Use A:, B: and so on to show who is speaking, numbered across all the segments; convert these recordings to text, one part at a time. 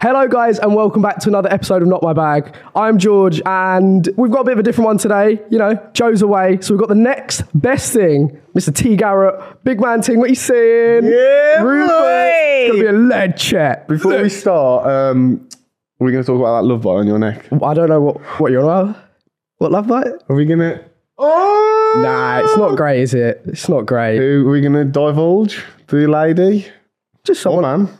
A: Hello, guys, and welcome back to another episode of Not My Bag. I'm George, and we've got a bit of a different one today. You know, Joe's away, so we've got the next best thing, Mr. T Garrett, big man Ting. What you saying?
B: Yeah,
A: Rupert. It's
B: boy.
A: gonna be a lead chat.
B: Before we start, um, we're going to talk about that love bite on your neck.
A: I don't know what what you're on about. What love bite?
B: Are we going to? Oh,
A: Nah, it's not great, is it? It's not great.
B: Who are we going to divulge? The lady
A: Just
B: or
A: someone.
B: man?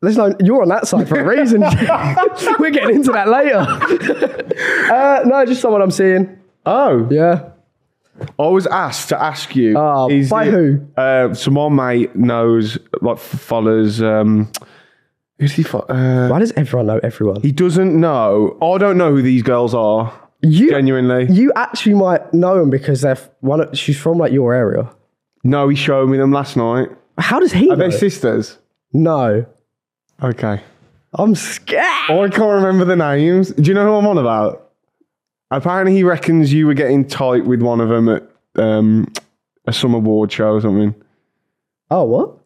A: There's no. You're on that side for a reason. We're getting into that later. uh, no, just someone I'm seeing.
B: Oh,
A: Yeah.
B: I was asked to ask you.
A: Oh, by
B: it-
A: who?
B: Uh, so my mate knows, like, f- follows. Um, who's he? Fo- uh,
A: Why does everyone know everyone?
B: he doesn't know. I don't know who these girls are.
A: You
B: Genuinely,
A: You actually might know them because they're f- one. of- She's from like your area.
B: no. He showed me them last night.
A: How does he?
B: Are
A: know?
B: they sisters?
A: no,
B: Okay.
A: I'm scared.
B: I can't remember the names. Do you know who I'm on about? Apparently, he reckons you were getting tight with one of them at um, a some award show or something.
A: Oh what?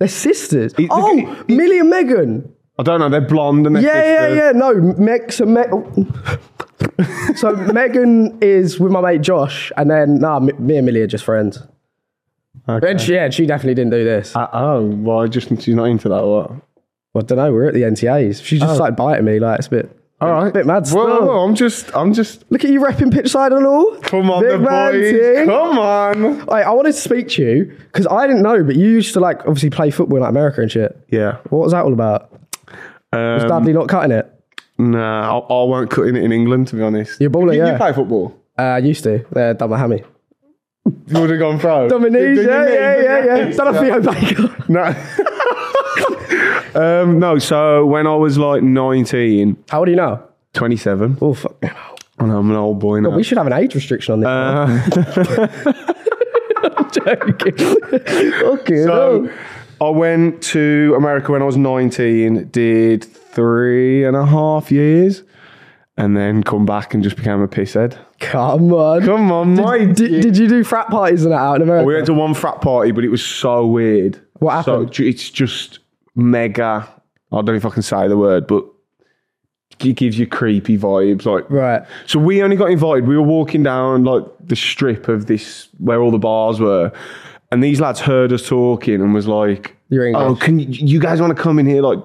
A: They're sisters.
B: He- the
A: oh,
B: guy-
A: Millie and Megan.
B: I don't know. They're blonde and they're
A: Yeah,
B: sisters.
A: yeah, yeah. No, Meg. So Meg. so Megan is with my mate Josh, and then nah, me, me and Millie are just friends.
B: Okay.
A: And she, yeah, she definitely didn't do this.
B: Uh, oh, well, I just she's not into that. or What?
A: well, I don't know. We're at the NTAs. She's just like biting me. Like it's a bit.
B: All right,
A: bit mad
B: Well,
A: still.
B: no, I'm just, I'm just.
A: Look at you repping pitch side and all.
B: Come on,
A: Big
B: the
A: man
B: boys.
A: ting.
B: Come on.
A: Hey, I wanted to speak to you because I didn't know, but you used to like obviously play football in like, America and shit.
B: Yeah.
A: What was that all about?
B: Um,
A: Dudley not cutting it.
B: nah, I, I weren't cutting it in England to be honest.
A: You're balling,
B: You,
A: yeah.
B: you play football.
A: Uh, I used to. Uh, done my hammy.
B: You would have gone pro.
A: Done my
B: Did
A: knees.
B: your
A: Yeah,
B: knees,
A: yeah,
B: didn't
A: yeah,
B: you?
A: yeah. Done a Theo Baker.
B: No. um, no, so when I was like 19,
A: How old are you now?
B: 27,
A: Oh fuck.
B: and I'm an old boy now.
A: We should have an age restriction on this.
B: Uh,
A: I'm joking. okay.
B: So
A: no.
B: I went to America when I was 19, did three and a half years, and then come back and just became a pisshead.
A: Come on.
B: Come on, mate.
A: Did, did you do frat parties and that out in America?
B: we went to one frat party, but it was so weird.
A: What
B: So
A: happened?
B: ju- it's just mega. I don't know if I can say the word, but it gives you creepy vibes. Like,
A: right.
B: So we only got invited. We were walking down like the strip of this where all the bars were, and these lads heard us talking and was like,
A: You're English.
B: "Oh, can you, you guys want to come in here?" Like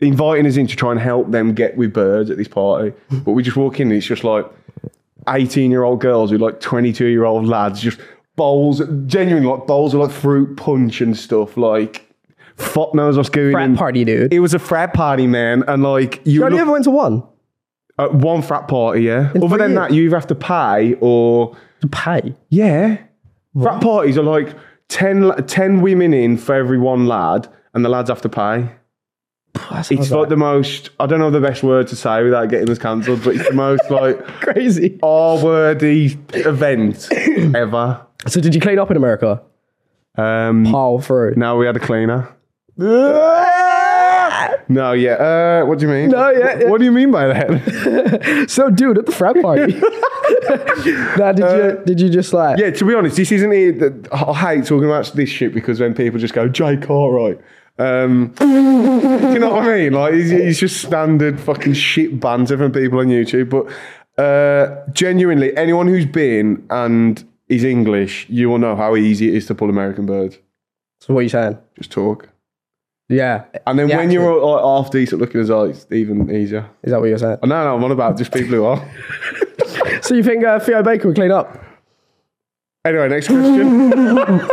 B: inviting us in to try and help them get with birds at this party. but we just walk in and it's just like eighteen-year-old girls with like twenty-two-year-old lads just bowls, genuinely like bowls of like fruit punch and stuff. Like, fuck knows what's going
A: Frat
B: in.
A: party, dude.
B: It was a frat party, man, and like you
A: You
B: look-
A: only ever went to one
B: at one frat party, yeah.
A: three
B: Other than
A: years?
B: that, you either have to pay or
A: to pay.
B: yeah. Frat parties are like 10, la- 10 women in for every one lad, and the lads have to pay.
A: That's
B: It's like the most. I don't know the best word to say without getting us cancelled, but it's the most like
A: crazy.
B: R-wordy event ever.
A: So did you clean up in America?
B: Um,
A: Pile through.
B: now we had a cleaner. No, yeah. Uh, what do you mean?
A: No, yeah, yeah.
B: What do you mean by that?
A: So, dude, at the frat party. now, did you did you just like?
B: Yeah, to be honest, this isn't it. I hate talking about this shit because when people just go, Jay Cartwright. Um, you know what I mean? Like, he's, he's just standard fucking shit banter from people on YouTube. But uh, genuinely, anyone who's been and is English, you will know how easy it is to pull American birds.
A: So what are you saying?
B: Just talk.
A: Yeah.
B: And then
A: Yeah,
B: when you're like, half decent looking as I, it's even easier.
A: Is that what you're saying?
B: Oh, no, no, I'm on about just people who are.
A: so you think uh, Theo Baker would clean up?
B: Anyway, next question.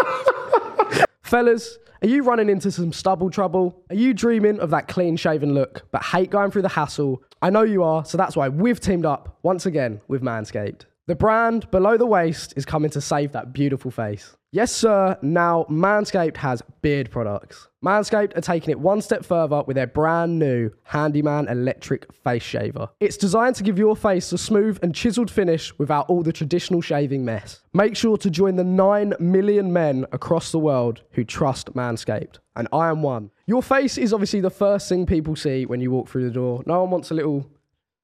A: Fellas, are you running into some stubble trouble? Are you dreaming of that clean shaven look but hate going through the hassle? I know you are, so that's why we've teamed up once again with Manscaped. The brand below the waist is coming to save that beautiful face. Yes, sir, now Manscaped has beard products. Manscaped are taking it one step further with their brand new Handyman Electric Face Shaver. It's designed to give your face a smooth and chiseled finish without all the traditional shaving mess. Make sure to join the 9 million men across the world who trust Manscaped, and I am one. Your face is obviously the first thing people see when you walk through the door. No one wants a little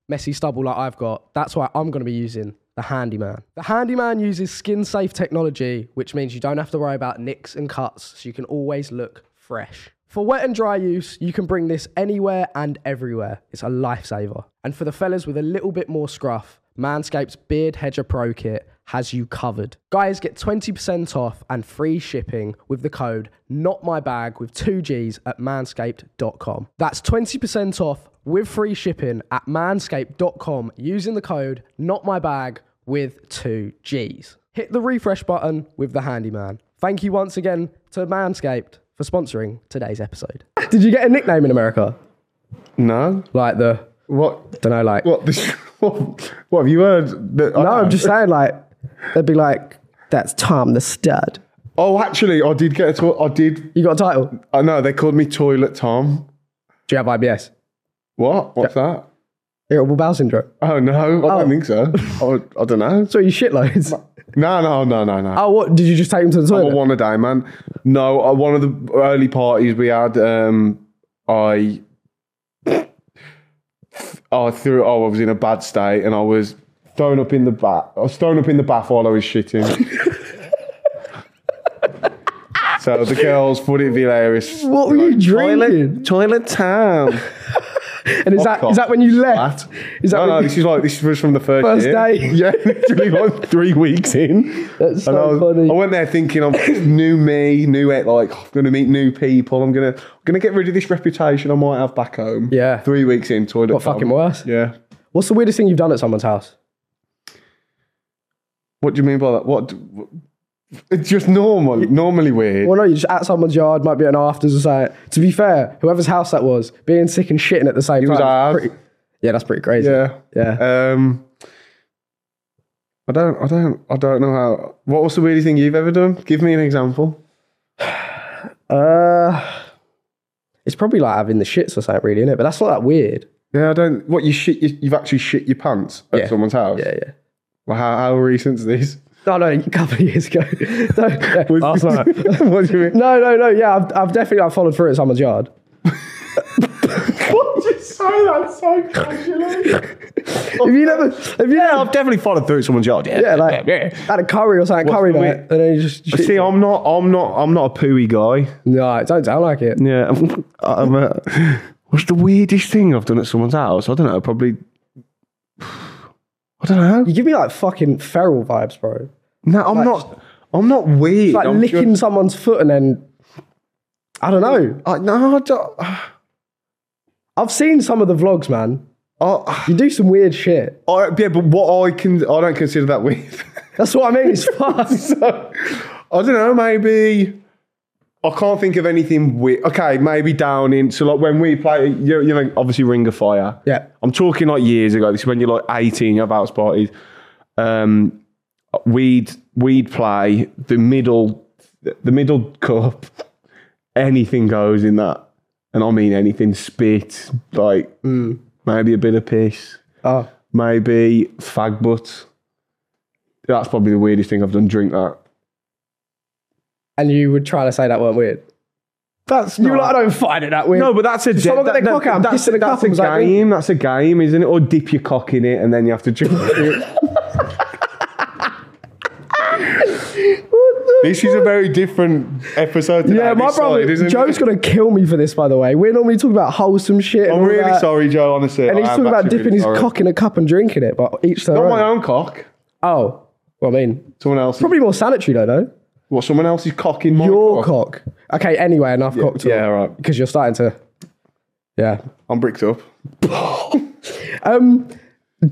A: messy stubble like I've got, that's why I'm going to be using the Handyman. The Handyman uses skin safe technology, which means you don't have to worry about nicks and cuts, so you can always look fresh. For wet and dry use, you can bring this anywhere and everywhere. It's a lifesaver. And for the fellas with a little bit more scruff, Manscaped's Beard Hedger Pro Kit has you covered. Guys, get 20% off and free shipping with the code NOTMYBAG with two G's at manscaped.com. That's 20% off with free shipping at manscaped.com using the code NOTMYBAG with two G's. Hit the refresh button with the handyman. Thank you once again to Manscaped for sponsoring today's episode. Did you get a nickname in America?
B: No.
A: Like the,
B: What?
A: don't know, like.
B: What? This, what, what have you heard? That, uh,
A: No, I'm just saying, like, they'd be like,
C: That's Tom the stud.
B: Oh, actually, I did get a to- I did.
A: you got a title? Do
B: I know they called me Toilet Tom.
A: you have IBS?
B: What? What's that?
A: Irritable bowel syndrome?
B: Oh no, I don't think so. I, I don't know.
A: So you shit loads.
B: No, no, no, no, no.
A: Oh, what? Did you just take him to the
B: I'm
A: toilet?
B: a one a day man. No, uh, one of the early parties we had, um, I, I threw. Oh, I was in a bad state, and I was thrown up in the bath. I was thrown up in the bath while I was shitting. so the girls thought it hilarious.
A: what were you drinking?
B: Toilet town.
A: And is that is that when you left?
B: Flat.
A: Is that
B: no,
A: when
B: no,
A: you-
B: this is like this was from the first,
A: First
B: year.
A: day.
B: Yeah, literally like three weeks in.
A: That's so
B: And I, was-
A: funny.
B: I went there thinking I'm new me, new like I'm gonna meet new people. I'm gonna I'm gonna get rid of this reputation I might have back home.
A: Yeah.
B: Three weeks in toilet.
A: Got fucking worse.
B: Yeah.
A: What's the weirdest thing you've done at someone's house?
B: What do you mean by that? What? do- It's just normal. Normally weird.
A: Well, no, you're just at someone's yard, might be at an afters or something. To be fair, whoever's house that was, being sick and shitting at the same
B: It was
A: time.
B: hard.
A: is pretty- yeah, that's pretty crazy.
B: Yeah.
A: Yeah.
B: Um. I don't. I don't. I don't know how. What was the weirdest thing you've ever done? Give me an example.
A: Uh, it's probably like having the shits or something, really, isn't it? But that's not that weird.
B: Yeah, I don't. What you shit? You, you've actually shit your pants at
A: Yeah.
B: someone's house.
A: Yeah, yeah.
B: Well, how, how recent is this?
A: No, no, a couple of years ago. no, yeah.
B: what do you mean?
A: no, no, no. Yeah, I've, I've definitely I've followed through at someone's yard.
B: What did you say that so casually?
A: Have you never? Have you
B: I've definitely followed through someone's yard. Yeah,
A: Yeah, like had a curry or something, curry
B: the
A: night,
B: weird-
A: and then you just shit.
B: See, I'm not. I'm not. I'm not a pooey guy.
A: no, it don't sound like it.
B: Yeah. I'm- I'm a- what's the weirdest thing I've done at someone's house? I don't know. Probably. I don't know.
A: You give me like fucking feral vibes, bro.
B: No, I'm not. I'm not weird.
A: Like
B: I'm
A: licking someone's foot and then I don't know.
B: Just, I, no, I don't.
A: I've seen some of the vlogs, man.
B: I,
A: You do some weird shit.
B: I, yeah, but what I can, I don't consider that weird.
A: That's what I mean. It's fun.
B: So, I don't know, maybe I can't think of anything weird. Okay, maybe down in so like when we play, you, you know, obviously Ring of Fire.
A: yeah.
B: I'm talking like years ago. This is when you're like 18, you have house parties. Um, we'd we'd play the middle, the middle cup. Anything goes in that, and I mean anything. Spit, like maybe a bit of piss
A: Oh,
B: maybe fag butt. That's probably the weirdest thing I've done. Drink that.
A: and you would try to say that weren't weird.
B: That's
A: You were like, I don't find it that weird.
B: no, but that's a
A: If someone got their cock out and
B: that's,
A: pissed in the
B: that's
A: cup and was
B: a
A: like,
B: game. That's a game, isn't it? Or dip your cock in it and then you have to drink it. This is a very different episode.
A: yeah, my brother Joe's gonna kill me for this, by the way. We're normally talking about wholesome shit. and
B: I'm
A: all
B: really
A: that.
B: sorry, Joe. Honestly,
A: And he's talking about dipping his cock in a cup and drinking it, but each their
B: Not my
A: own.
B: own cock.
A: Oh, well, I mean,
B: Someone else's.
A: Probably more sanitary though, no?
B: what? Someone else's cock in my
A: Your cock. Okay, anyway, enough cock talk.
B: Yeah, right.
A: Because you're starting to. Yeah.
B: I'm bricked up.
A: Um,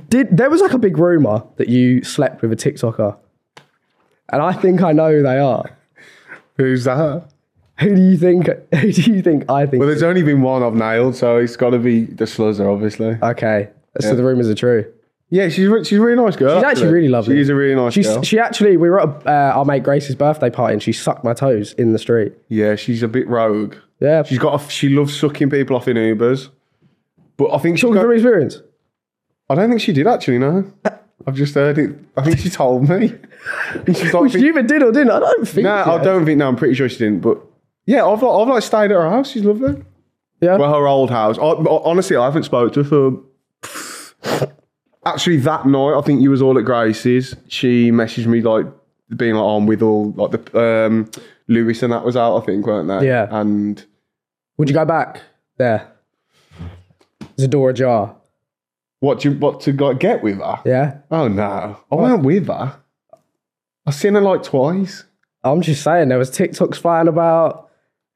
A: did There was like a big rumor that you slept with a TikToker. And I think I know who they are.
B: Who's that?
A: Who do you think? Who do you think I think?
B: Well, there's only been one I've nailed, so it's got to be the Sluzzer, obviously.
A: okay. So the rumors are true.
B: Yeah, she's re- she's a really nice girl.
A: She's actually really lovely.
B: She's a really nice
A: She's,
B: girl.
A: she actually, we were at uh, our mate Grace's birthday party and she sucked my toes in the street.
B: yeah, she's a bit rogue.
A: Yeah.
B: She's got a, she loves sucking people off in Ubers, but I think she.
A: talking
B: Got,
A: from experience.
B: I don't think she did actually. No, I've just heard it. I think she told me. And she's like,
A: Which you even did or didn't? I don't think.
B: no,
A: so.
B: I don't think. No, I'm pretty sure she didn't. But yeah, I've like, I've like stayed at her house. She's lovely.
A: Yeah.
B: Well, her old house. I, I- honestly, I haven't spoke to her for. Actually, that night, I think you was all at Grace's. She messaged me like "Oh, being like, "I'm with all like the um, Lewis and that was out." I think weren't they?
A: Yeah.
B: And
A: Would you go back there? There's a door ajar.
B: What do you, what to go, get with her?
A: Yeah.
B: Oh no, I went with her. I seen her like twice.
A: I'm just saying, there was TikToks flying about.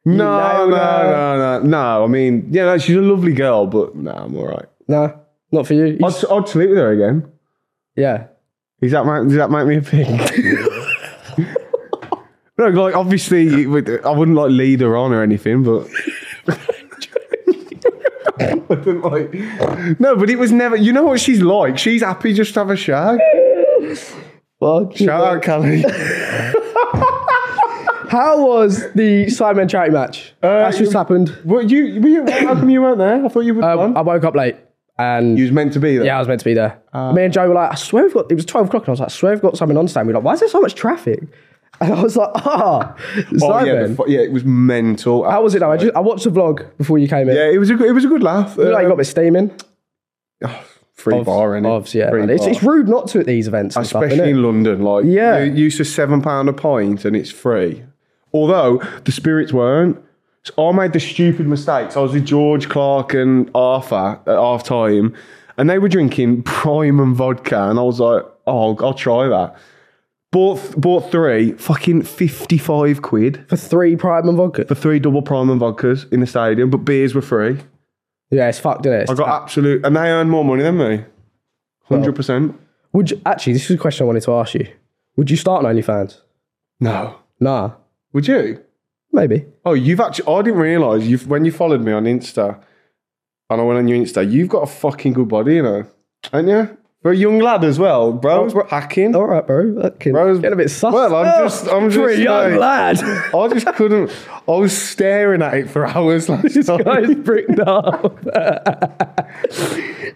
B: No, no,
A: nailed her.
B: no, no, no. I mean, yeah, no, she's a lovely girl, but no, I'm all right.
A: No, not for you. You
B: I'd,
A: just-
B: I'd sleep with her again.
A: yeah.
B: Is that make, does that make me a pig? no, like obviously, it would- I wouldn't like lead her on or anything, but. I didn't like. No, but it was never. You know what she's like. She's happy just to have a shag.
A: Fuck.
B: Shout out, Kelly.
A: How was the Sidemen charity match?
B: Uh,
A: That's just
B: you-
A: happened.
B: Were you, were you, how come you weren't there? I thought you would.
A: Um,
B: have
A: I
B: gone.
A: woke up late and
B: you was meant to be there.
A: yeah, I was meant to be there. Me and Joe were like, I swear we've got, it was 12 o'clock and I was like, I swear we've got something on today. We were like, why is there so much traffic? And I was like, ah,
B: Oh, yeah,
A: Sidemen.
B: the fu- yeah, it was mental.
A: How was it though? I, just, I watched the vlog before you came in.
B: Yeah, it was a good, it was a good laugh.
A: You know, you
B: Uh,
A: got me steaming.
B: free bar, innit?
A: Obvs, yeah.
B: Free
A: man. It's,
B: bar.
A: it's rude not to at these events. and stuff,
B: especially
A: innit?
B: in London. Like,
A: Yeah.
B: you use a seven pound a pint and it's free. Although the spirits weren't. So I made the stupid mistakes. I was with George Clark and Arthur at half time, and they were drinking prime and vodka, and I was like, "Oh, I'll, I'll try that." Bought bought three, fucking fifty five quid
A: For three Prime and vodka.
B: for three double prime and vodkas in the stadium, but beers were free.
A: Yeah, it's fucked, innit?
B: I got absolute, and they earned more money than me, hundred percent.
A: Would you, actually, this is a question I wanted to ask you. Would you start an OnlyFans?
B: No,
A: Nah,
B: would you?
A: maybe.
B: Oh, you've actually. I didn't realize you when you followed me on Insta, and I went on your Insta. You've got a fucking good body, you know, ain't you? For a young lad as well, bro.
A: Oh, bro.
B: hacking.
A: All right, bro. Fucking
B: Bro's-
A: getting a bit sus. Oh,
B: Well, I'm just- I'm
A: for
B: just
A: a young
B: like-
A: lad.
B: I just couldn't. I was staring at it for hours last
A: Guys,
B: night.
A: bricked up.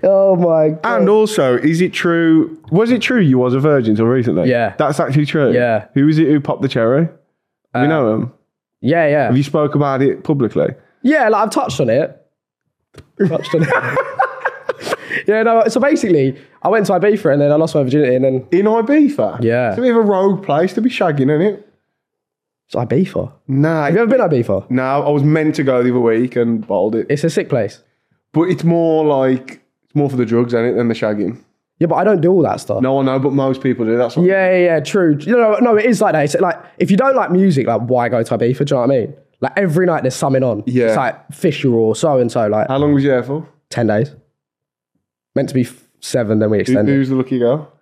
A: oh my god.
B: And also, is it true? Was it true you was a virgin till recently?
A: Yeah.
B: that's actually true.
A: Yeah. Uh,
B: Who is it who popped the cherry? Do you know him?
A: Yeah, yeah,
B: Have you spoke about it publicly?
A: yeah. Like I've touched on it. Touched on it. yeah, no. So basically, I went to Ibiza and then I lost my virginity, and then
B: In Ibiza.
A: Yeah.
B: It's a bit of a rogue place to be shagging, isn't it?
A: it's Ibiza.
B: Nah.
A: Have you ever been Ibiza?
B: No, I was meant to go the other week and bottled it.
A: It's a sick place.
B: But it's more like it's more for the drugs, ain't it, than the shagging.
A: Yeah, but I don't do all that stuff.
B: No, I know, but most people do. That's what
A: Yeah, yeah, yeah, true. You know, no, it is like that. It's like if you don't like music, like why go to Ibiza? Do you know what I mean? Like every night there's something on.
B: Yeah.
A: It's like Fisher or so and so, like
B: How long was you there for?
A: 10 days. Meant to be f- seven, then we
B: Who-
A: extended.
B: Who's the lucky girl?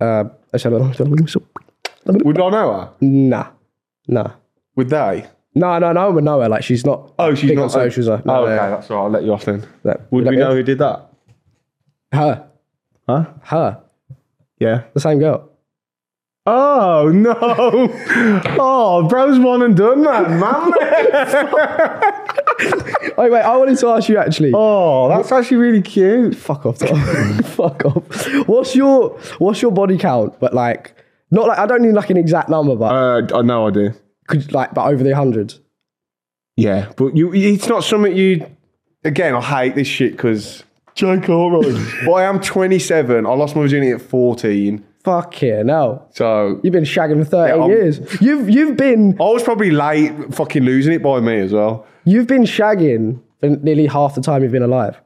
A: Uh, I said,
B: Would I know her?
A: nah, nah.
B: Would they?
A: No, no, no one would know her. Like she's not.
B: Oh, she's
A: big
B: not
A: on
B: so-
A: socials. Though. No, no,
B: oh, okay,
A: no.
B: that's all right. I'll let you off then.
A: No.
B: Would
A: Let
B: we
A: me-
B: know who did that?
A: her?
B: Huh?
A: Her,
B: Yeah.
A: the same girl.
B: Oh no! oh, bro's one and done, man. man.
A: Oh wait, I wanted to ask you actually.
B: oh, that's actually really cute.
A: Fuck off, Tom. Fuck off. What's your What's your body count? But like, not like I don't need like an exact number, but
B: Uh, I know I do.
A: could like, but over the hundreds.
B: Yeah, but you, it's not something you. Again, I hate this shit because Jake Allroyd. but I am 27. I lost my virginity at 14,
A: Fucking hell.
B: so
A: You've been shagging for 13
B: Yeah, I'm-
A: years. You've you've been
B: I was probably late, fucking losing it by me as well.
A: you've been shagging for nearly half the time you've been alive.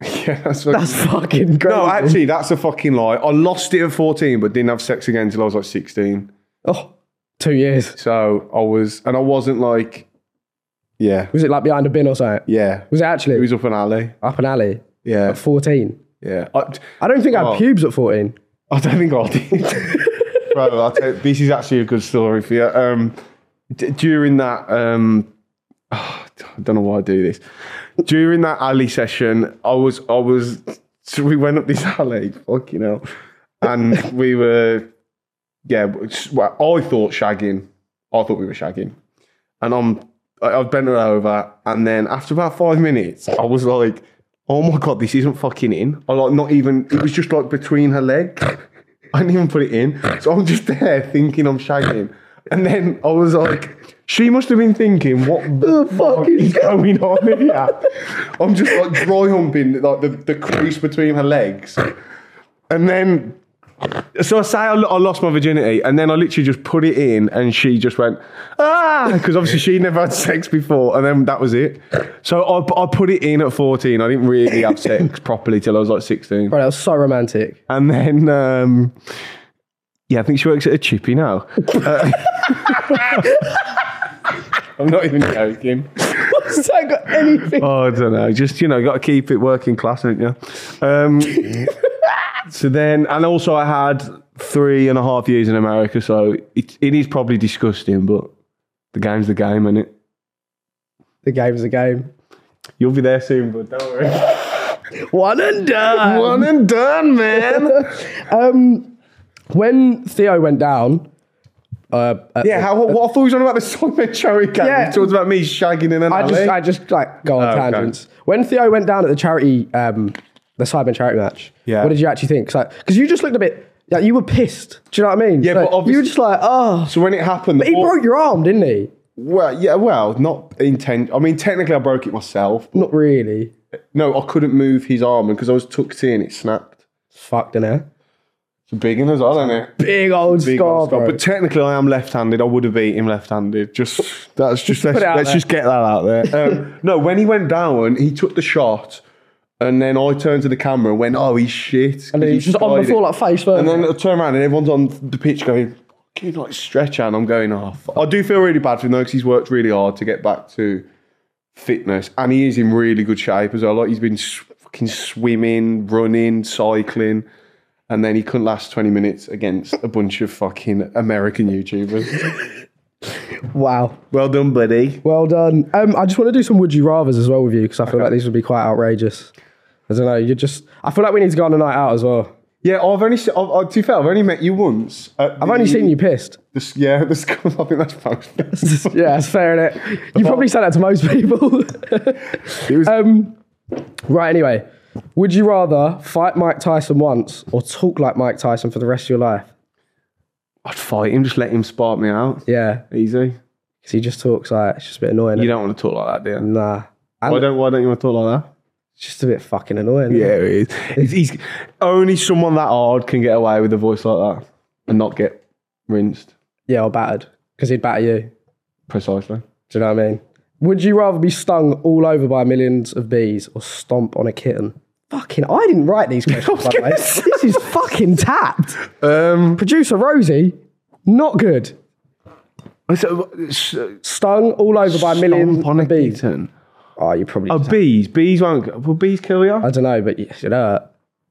B: Yeah, that's, fucking-
A: That's fucking crazy.
B: no, actually, that's a fucking lie. I lost it at 14, but didn't have sex again until I was like 16.
A: Oh, two years.
B: So I was, and I wasn't like, yeah,
A: Was it like behind a bin or something?
B: yeah.
A: Was it actually
B: It was up an alley.
A: up an alley
B: Yeah,
A: at 14?
B: yeah. I,
A: I don't think I
B: Oh.
A: had pubes at 14.
B: I don't think I did. Bro, I'll tell you, this is actually a good story for you. Um, d- during that, um, I don't know why I do this. During that alley session, I was, I was, so we went up this alley, fucking hell, and we were, yeah, well, I thought shagging. I thought we were shagging, and I'm, I- I've bent her over, and then after about five minutes, I was like, oh my god, this isn't fucking in. I like not even. It was just like between her legs. I didn't even put it in, so I'm just there thinking I'm shagging, and then I was like. She must have been thinking, what the fuck is going on here? I'm just like dry humping like the, the crease between her legs. And then So I say I, lo- I lost my virginity, and then I literally just put it in, and she just went ah, because obviously she never had sex before, and then that was it. So I, I put it in at fourteen. I didn't really have sex properly till I was like sixteen,
A: Bro, that was so romantic.
B: and then um, yeah, I think she works at a chippy now. Uh, I'm not even joking.
A: Has that got anything?
B: Oh, I don't know. Just you know, got to keep it working class, haven't you? Um, so then, and also, I had three and a half years in America, so it, it is probably disgusting, but the game's the game, and it
A: The game's a game.
B: you'll be there soon. But don't worry.
A: One and done.
B: One and done, man.
A: When Theo went down, uh, uh,
B: yeah, how, what I thought you was on about the Simon Cherry game.
A: Yeah.
B: You talked about me shagging in an
A: I
B: alley.
A: just, I just like go on
B: Oh, okay.
A: tangents. When Theo went down at the charity, um, the Cyber charity match,
B: Yeah.
A: what did you actually think? Because you just looked a bit, like, you were pissed. Do you know what I mean?
B: Yeah,
A: Like,
B: but obvious-
A: you were just like, oh,
B: so when it happened,
A: he broke your arm, didn't he?
B: well, yeah, well, not intent. I mean, technically, I broke it myself.
A: Not really.
B: No, I couldn't move his arm because I was tucked in. It snapped.
A: Fucked in there.
B: It's a big one as well, isn't it?
A: Big old
B: Big
A: scar,
B: old scar.
A: bro.
B: But technically, I am left-handed. I would have beat him left-handed. Just that's just let's,
A: it out
B: let's
A: there.
B: just get that out there. Um, no, when he went down, he took the shot, and then I turned to the camera and went, "Oh, he's shit."
A: and then he was just on the floor like face first.
B: and then I turn around and everyone's on the pitch going, "Can you like stretch out?" And I'm going, "Oh, fuck." I do feel really bad for him though because he's worked really hard to get back to fitness, and he is in really good shape as well. Like he's been s- fucking swimming, running, cycling. And then he couldn't last 20 minutes against a bunch of fucking American YouTubers.
A: wow.
B: well done, buddy.
A: Well done. Um, I just want to do some would you rather's as well with you because I feel like these would be quite outrageous. I don't know. You just. I feel like we need to go on a night out as well.
B: Yeah, I've only, se- I've, I, to be fair, I've only met you once. I've
A: I've only seen you pissed.
B: yeah, the school. I think that's fast.
A: yeah, that's fair, innit? You probably said that to most people. um, right, anyway. Would you rather fight Mike Tyson once or talk like Mike Tyson for the rest of your life?
B: I'd fight him, just let him spark me out.
A: Yeah,
B: Easy.
A: because he just talks like it's just a bit annoying.
B: You
A: innit?
B: don't want to talk like that, do you?
A: Nah,
B: Why don't Why don't you want to talk like that?
A: it's just a bit fucking annoying. innit?
B: it is. He's, he's- only someone that hard can get away with a voice like that and not get rinsed.
A: yeah, or battered because he'd batter you.
B: Precisely.
A: Do you know what I mean? Would you rather be stung all over by millions of bees or stomp on a kitten? Fucking, I didn't write these questions, by the way. This is fucking tapped.
B: Um.
A: Producer Rosie, not good.
B: So, so,
A: Stung all over by millions
B: on a
A: of bees.
B: kitten.
A: Oh, you probably.
B: Oh, bees. Bees won't. Will bees kill you?
A: I don't know, but you should hurt.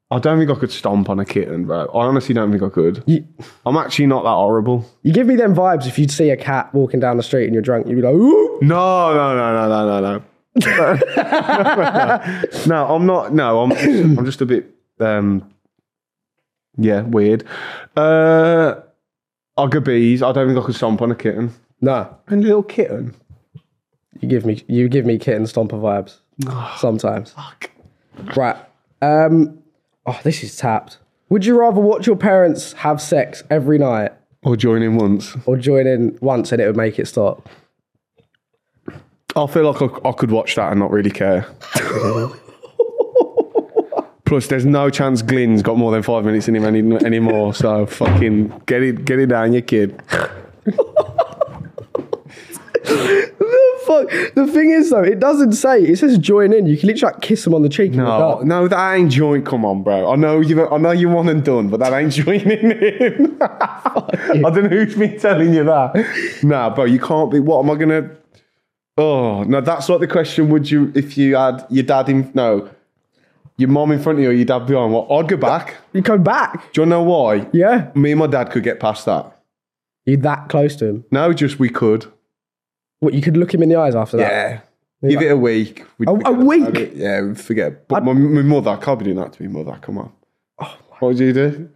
B: I don't think I could stomp on a kitten, bro. I honestly don't think I could.
A: You,
B: I'm actually not that horrible.
A: you give me them vibes if you'd see a cat walking down the street and you're drunk, you'd be like, ooh.
B: No, no, no, no, no, no, no. no, I'm not. No, I'm. I'm just a bit. Um, yeah, weird. Uh, I could bees. I don't think I could stomp on a kitten.
A: Nah,
B: And little kitten.
A: you give me you give me kitten stomper vibes sometimes.
B: Fuck.
A: Right. Um. Oh, this is tapped. Would you rather watch your parents have sex every night
B: Or join in once.
A: or join in once and it would make it stop?
B: I feel like I, I could watch that and not really care. Plus, there's no chance Glynn's got more than five minutes in him any, anymore. So fucking get it, get it down, you kid.
A: The fuck. The thing is though, it doesn't say. It says join in. You can literally like, kiss them on the cheek. in the
B: No,
A: dark.
B: no, that ain't joint. Come on, bro. I know you. I know you one and done, but that ain't joining in. I don't know who's been telling you that. Nah, bro, you can't be. What am I gonna? Oh no, that's like the question. Would you if you had your dad in? No, your mom in front of you, or your dad behind. What? I'd go back.
A: You go back.
B: Do you know why?
A: Yeah.
B: Me and my dad could get past that.
A: You're that close to him.
B: No, just we could.
A: What? You could look him in the eyes after that.
B: Yeah. Give it a week. We'd
A: A- a
B: forget about
A: week?
B: it. Yeah, we'd forget. But my, my mother, I can't be doing that to me, mother. Come on.
A: Oh
B: what would you do?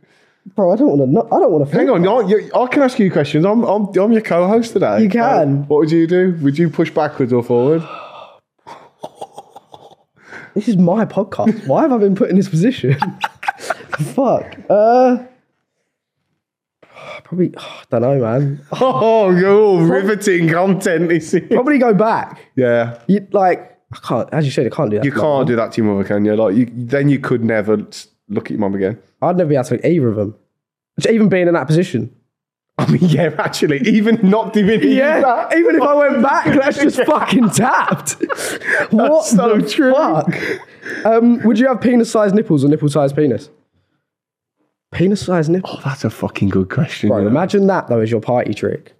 A: Bro, I don't want to. I don't want to.
B: Hang on, I, you, I can ask you questions. I'm, I'm, I'm your co-host today.
A: You can.
B: Uh, what would you do? Would you push backwards or forward?
A: This is my podcast. Why have I been put in this position? Fuck. Uh, probably. I don't know, man. I'll
B: Oh, you're all riveting content this is.
A: probably go back.
B: Yeah,
A: You like? I can't. As you said, I can't do that.
B: you can't do that to your mother, can you? Like, you, then you could never s- look at your mum again.
A: I'd never be able to look at either of them. Even being in that position.
B: I mean, yeah, actually, even not doing
A: Yeah,
B: that,
A: even if I went back, that's just fucking tapped. What
B: so
A: the
B: true.
A: fuck? Um, would you have penis-sized nipples or nipple-sized penis? Penis-sized nipples.
B: Oh, that's a fucking good question.
A: Bro,
B: you know.
A: imagine that though as your party trick.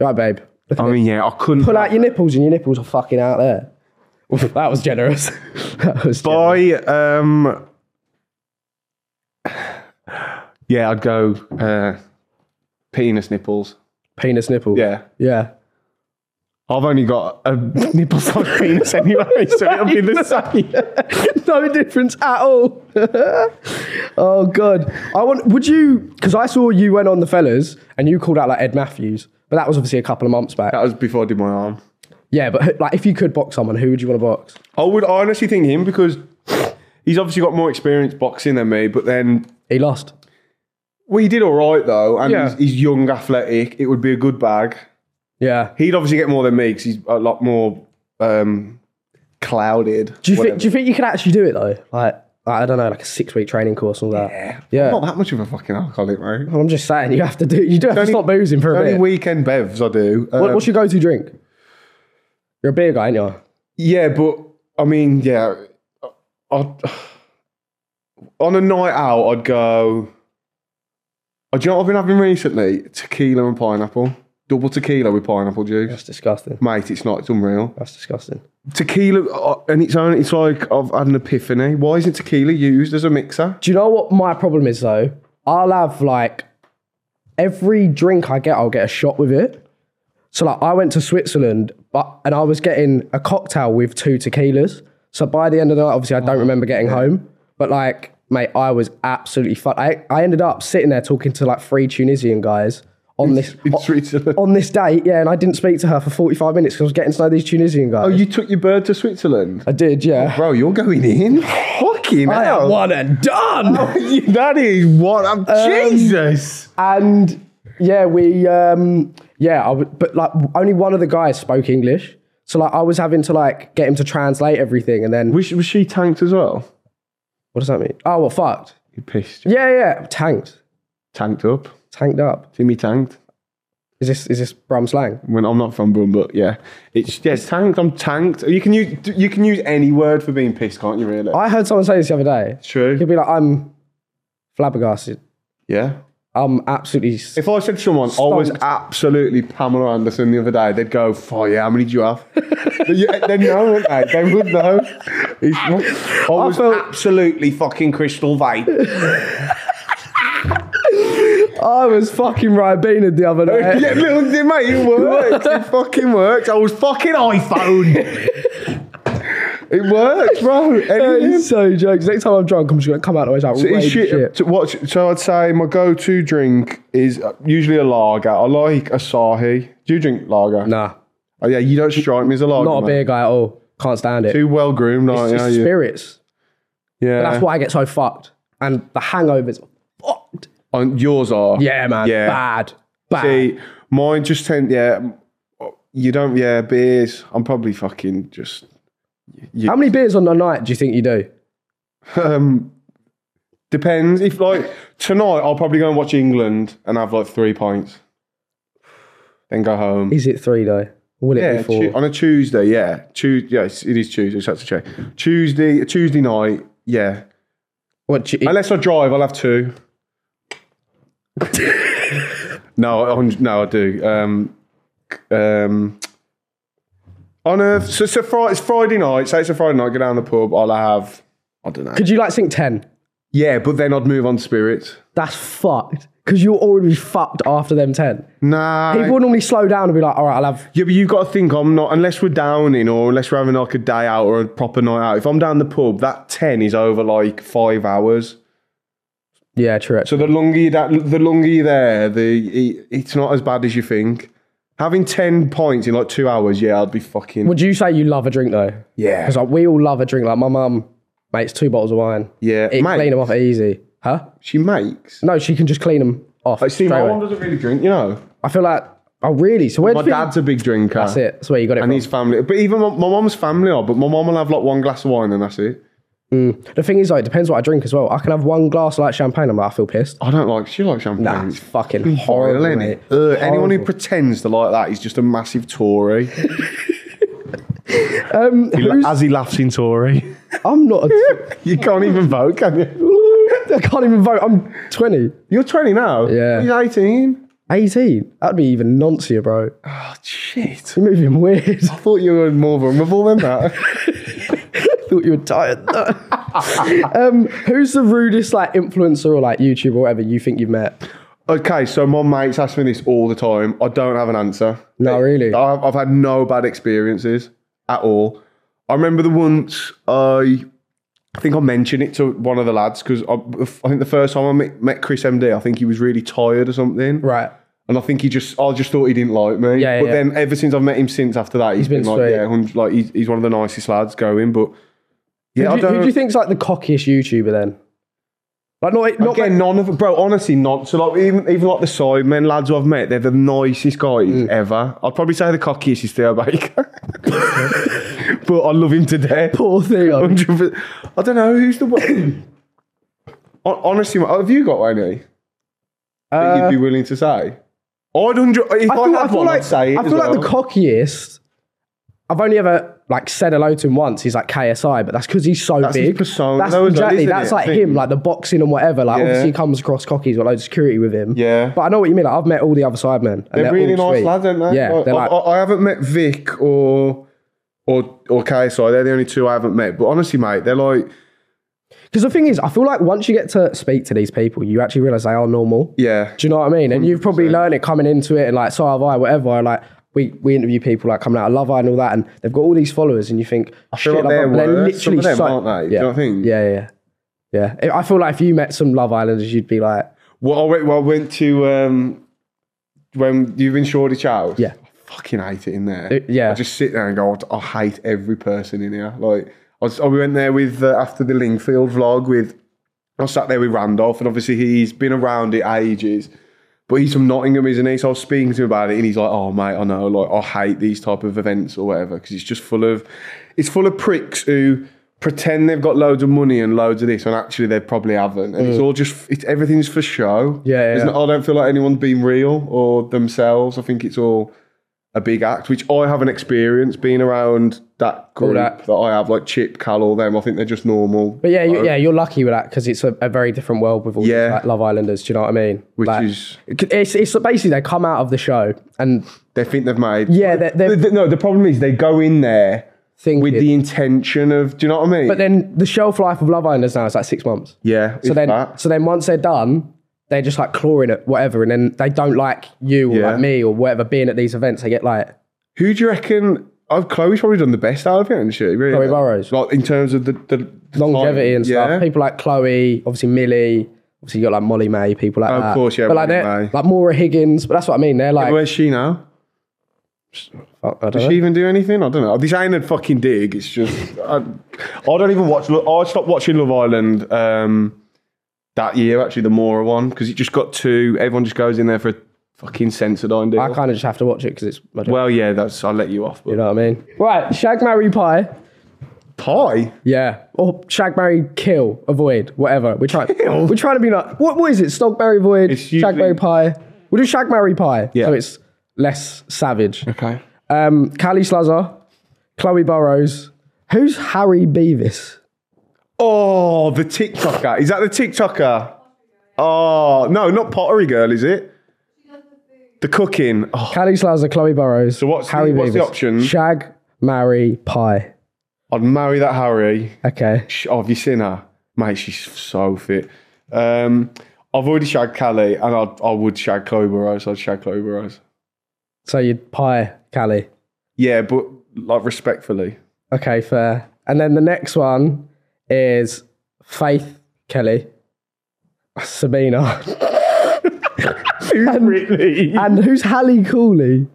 A: Right, babe. Look at
B: I
A: me.
B: mean, yeah, I couldn't.
A: Pull out your nipples and your nipples are fucking out there. Oof, that was generous. that was generous.
B: By um, yeah, I'd go uh, penis nipples.
A: penis nipple.
B: Yeah,
A: Yeah.
B: I've only got a nipple sized penis anyway, so it'll be the same.
A: no difference at all. oh god. I want would you because I saw you went on the fellas and you called out like Ed Matthews, but that was obviously a couple of months back.
B: That was before I did my arm.
A: Yeah, but like if you could box someone, who would you want to box?
B: I would honestly think him because he's obviously got more experience boxing than me, but then
A: He lost.
B: well, he did all right though, and
A: Yeah.
B: he's, he's young, athletic. It would be a good bag.
A: Yeah.
B: He'd obviously get more than me because he's a lot more um, clouded.
A: Do you
B: whatever.
A: think do you think you could actually do it though? Like I don't know, like a six week training course and all that.
B: Yeah.
A: Yeah.
B: I'm not that much of a fucking alcoholic, mate.
A: Well, I'm just saying you have to do you do have to stop boozing for a
B: only
A: bit.
B: weekend bevs I do. Um,
A: What- what's your go to drink? You're a beer guy, ain't you?
B: yeah, but I mean, yeah. I, on a night out, I'd go. Oh, do you know what I've been having recently? Tequila and pineapple. Double tequila with pineapple juice.
A: That's disgusting.
B: Mate, it's not. It's unreal.
A: That's disgusting.
B: Tequila uh, and its own. It's like I've had an epiphany. Why isn't tequila used as a mixer?
A: Do you know what my problem is though? I'll have like every drink I get, I'll get a shot with it. So like I went to Switzerland, but and I was getting a cocktail with two tequilas. So by the end of the night, obviously I
B: Uh-huh.
A: don't remember getting home, but like mate, I was absolutely fun. I, I ended up sitting there talking to like three Tunisian guys on this
B: In
A: on,
B: Switzerland.
A: on this date, yeah, and I didn't speak to her for forty five minutes because I was getting to know these Tunisian guys.
B: Oh, you took your bird to Switzerland,
A: I did, yeah.
B: bro. You're going in. Fucking
A: I am
B: hell.
A: one and done.
B: that is what I'm.
A: Um,
B: Jesus.
A: and yeah, we um yeah, I would, but like only one of the guys spoke English, so like I was having to like get him to translate everything, and then
B: Was she, was she tanked as well?
A: what does that mean? Oh, well, fucked.
B: You pissed.
A: Yeah, yeah, tanked,
B: Tanked up.
A: tanked up.
B: Timmy tanked.
A: Is this is this Brum slang?
B: When I'm not from Brum, but yeah, it's yeah, tanked. I'm tanked. You can use you can use any word for being pissed, can't you? Really?
A: I heard someone say this the other day. He'd
B: True.
A: be like, I'm flabbergasted.
B: Yeah.
A: I'm absolutely. s-
B: If I said to someone, I was
A: Stumped.
B: absolutely Pamela Anderson the other day, they'd go, "Oh yeah, how many do you have?" But yeah, they know, wouldn't they? They would know. It's- I was
A: felt-
B: absolutely fucking crystal vape.
A: I was fucking Ribena the other
B: yeah,
A: day.
B: little, mate, it works. It fucking works. I was fucking iPhone. it works, bro. Anything.
A: It's so jokes. Next time I'm drunk, I'm just gonna come out the way like,
B: So
A: "Rage
B: is shit-
A: shit.
B: to watch, so I'd say my go-to drink is uh, usually a lager. I like Asahi. Do you drink lager?
A: Nah,
B: Oh, yeah, you don't strike me as a lager.
A: not a
B: man.
A: beer guy at all. Can't stand it.
B: Too well groomed,
A: It's
B: aren't you?
A: just
B: you?
A: spirits.
B: Yeah.
A: That's why I get so fucked. And the hangovers, fucked.
B: And yours are.
A: Yeah, man.
B: Yeah.
A: Bad. Bad.
B: See, mine just tend. Yeah. m- You don't. Yeah, beers. I'm probably fucking just.
A: How many beers on a night do you think you do?
B: Um, depends. If like tonight, I'll probably go and watch England and have like three pints, then go home.
A: Is it three though? Will it
B: Yeah,
A: be four?
B: tu- on a Tuesday, yeah. Tuesday, yes, it is Tuesday. So that's a check. Tuesday, Tuesday night, yeah.
A: What do you,
B: Unless I drive, I'll have two. no, I, I'm- no, I do. Um, um, on a so, so Friday, it's Friday night. Say it's a Friday night. Go down the pub. I'll have. I don't know.
A: could you like sink ten?
B: Yeah, but then I'd move on to spirits.
A: That's fucked. Because you'll already be fucked after them ten.
B: Nah.
A: People normally slow down and be like, all right, I'll have
B: Yeah, but you've got to think I'm not unless we're downing or unless we're having like a day out or a proper night out. If I'm down the pub, that ten is over like five hours.
A: Yeah, true.
B: So the longer you that the longer you're there, the it, it's not as bad as you think. Having ten points in like two hours, yeah, I'd be fucking
A: Would you say you love a drink though?
B: yeah,
A: Because like, we all love a drink. Like my mum makes two bottles of wine.
B: yeah.
A: It
B: Mate,
A: clean them off easy. Huh?
B: she makes.
A: No, she can just clean them off.
B: I see.
A: straight
B: My
A: away.
B: mum doesn't really drink, you know.
A: I feel like, oh really? So where
B: My
A: do you think-
B: dad's a big drinker.
A: That's it. That's where you got it
B: And
A: from.
B: his family, but even my, my mum's family are. But my mum will have like one glass of wine and that's it.
A: The thing is, like, it depends what I drink as well. I can have one glass of like champagne, I'm like, I feel pissed.
B: I don't like. She likes champagne.
A: Nah, it's fucking horrible,
B: Horrible, isn't
A: mate.
B: it? Ugh, anyone who
A: Horrible.
B: pretends to like that is just a massive Tory.
A: Um,
B: He la-
A: who's-
B: as he laughs in Tory,
A: I'm not. A,
B: you can't even vote, can you?
A: I can't even vote. I'm 20,
B: You're 20 now.
A: Yeah.
B: You're 18.
A: 18. That'd be even noncier, bro.
B: Oh shit!
A: You're moving weird.
B: I thought you were more vulnerable than that.
A: thought you were tired. um, who's the rudest like influencer or like YouTuber or whatever you think you've met?
B: Okay, so my mates ask me this all the time. I don't have an answer.
A: No, really?
B: I've, I've had no bad experiences at all. I remember the once I, I think I mentioned it to one of the lads because I, I think the first time I met, met Chris MD, I think he was really tired or something.
A: Right.
B: And I think he just, I just thought he didn't like me.
A: Yeah, yeah,
B: but
A: yeah.
B: then ever since I've met him since after that, he's
A: been
B: been, like,
A: straight.
B: yeah, hun- like he's, he's one of the nicest lads going. But yeah,
A: Who
B: I
A: do, you-
B: don't.
A: who do you think's like the cockiest YouTuber then? Like not not
B: Again, none of bro. Honestly, not so. Like even even like the Sidemen lads who I've met, they're the nicest guys
A: Mm.
B: ever. I'd probably say the cockiest is Theo Baker, but I love him to death.
A: poor thing. I'm-
B: 100%. I don't know who's the one. Hon- Honestly, mate, have you got any that
A: Uh,
B: you'd be willing to say? I'd hundred. If I,
A: I feel, I
B: had
A: feel
B: one,
A: like
B: I'd say it
A: I
B: as
A: feel like
B: well.
A: the cockiest. I've only ever like said hello to him once. He's like KSI, but that's because he's so
B: That's his
A: big.
B: persona,
A: that's
B: though, isn't it?
A: exactly
B: Isn't
A: that's
B: it?
A: like
B: Thing.
A: him, like the boxing and whatever. Like
B: Yeah.
A: obviously he comes across cocky. He's got loads of security with him.
B: Yeah.
A: but I know what you mean. Like, I've met all the other sidemen. and
B: They're, really
A: all
B: nice
A: sweet.
B: lads, aren't they?
A: Yeah,
B: Like,
A: they're
B: I,
A: like
B: I, I haven't met Vic or or or KSI. They're the only two I haven't met. But honestly, mate, they're like
A: Because the thing is, I feel like once you get to speak to these people, you actually realize they are normal.
B: yeah.
A: Do you know what I mean? And you've probably learned it coming into it, and like so have I, whatever. And like we we interview people like coming out of Love Island and all that, and they've got all these followers, and you think I
B: feel like they're worse. Some of them, aren't they? Do you
A: Yeah.
B: know what I think?
A: yeah, yeah, yeah. I- I feel like if you met some Love Islanders, you'd be like,
B: Well, I went, well, oh, I went to um, when you've been Shoreditch House.
A: Yeah.
B: I fucking hate it in there.
A: It- yeah.
B: I just sit there and go, I, I hate every person in here. Like, I, was, I went there with uh, after the Lingfield vlog with. I sat there with Randolph, and obviously he's been around it ages. But he's from Nottingham, isn't he? So I was speaking to him about it, and he's like, "Oh, mate, I know. Like, I hate these type of events or whatever because it's just full of, it's full of pricks who pretend they've got loads of money and loads of this, and actually they probably haven't. And it's all just, it's everything's for show.
A: Yeah, yeah,
B: There's
A: yeah.
B: no- I don't feel like anyone's been real or themselves. I think it's all a big act, which I haven't experienced being around that group
A: that.
B: that. I have, like Chip, Cal, all them. I think they're just normal.
A: but yeah, you, yeah, you're lucky with that because it's a, a very different world with all
B: Yeah.
A: these, like, Love Islanders. Do you know what I mean?
B: Which
A: Like,
B: is-
A: it's it's basically they come out of the show and
B: They think they've made.
A: Yeah, they're- they're-
B: The- the- no, the problem is they go in there
A: think
B: with the intention of. Do you know what I mean?
A: but then the shelf life of Love Islanders now is like six months.
B: yeah.
A: So
B: if
A: then,
B: that.
A: so then once they're done, they're just like clawing at whatever, and then they don't like you or
B: Yeah.
A: like me or whatever being at these events. They get like,
B: who do you reckon? Oh, Chloe's probably done the best out of it, and she really.
A: Chloe Burrows.
B: like in terms of the, the, the
A: longevity
B: time.
A: and stuff.
B: Yeah.
A: People like Chloe, obviously Millie, obviously you got like Molly May, people like
B: Of
A: that.
B: course, yeah,
A: but like
B: Molly
A: they're
B: May.
A: like Maura Higgins. But that's what I mean. They're like,
B: Where's she now?
A: fuck, I don't
B: Does she
A: know.
B: even do anything? I don't know. This ain't a fucking dig. It's just I, I don't even watch. Lo- I stopped watching Love Island um, that year actually, the Mora one, because it just got too. Everyone just goes in there for a fucking Sensodyne deal.
A: I kind of just have to watch it because it's my job.
B: well, yeah, that's. I'll let you off. But
A: you know what I mean? Right, shag, marry, pie.
B: pie.
A: Yeah, or shag, marry, kill, avoid, whatever. We're trying. We're trying to be like, what? What is it? Stogberry, void,
B: It's
A: shag, marry,
B: usually-
A: pie. We'll do shag, marry, pie.
B: Yeah.
A: So it's less savage.
B: Okay.
A: Um, Callie Slazar, Chloe Burrows. Who's Harry Beavis?
B: Oh, the TikToker. Is that the TikToker? Oh no, not pottery girl, is it? The cooking. Oh,
A: Callie Slazar, Chloe Burrows. So
B: what's the-
A: Harry
B: what's the
A: Beavis.
B: option?
A: Shag, marry, pie.
B: I'd marry that Harry.
A: Okay.
B: Sh- Oh, have you seen her? Mate, she's so fit. Um, I've already shagged Callie and I'd, I would shag Chloe Burrows. I'd shag Chloe Burrows.
A: So you'd pie Callie.
B: Yeah, but like respectfully.
A: Okay, fair. And then the next one is Faith Kelly, Sabina,
B: really?
A: and who's Hallie Cooley?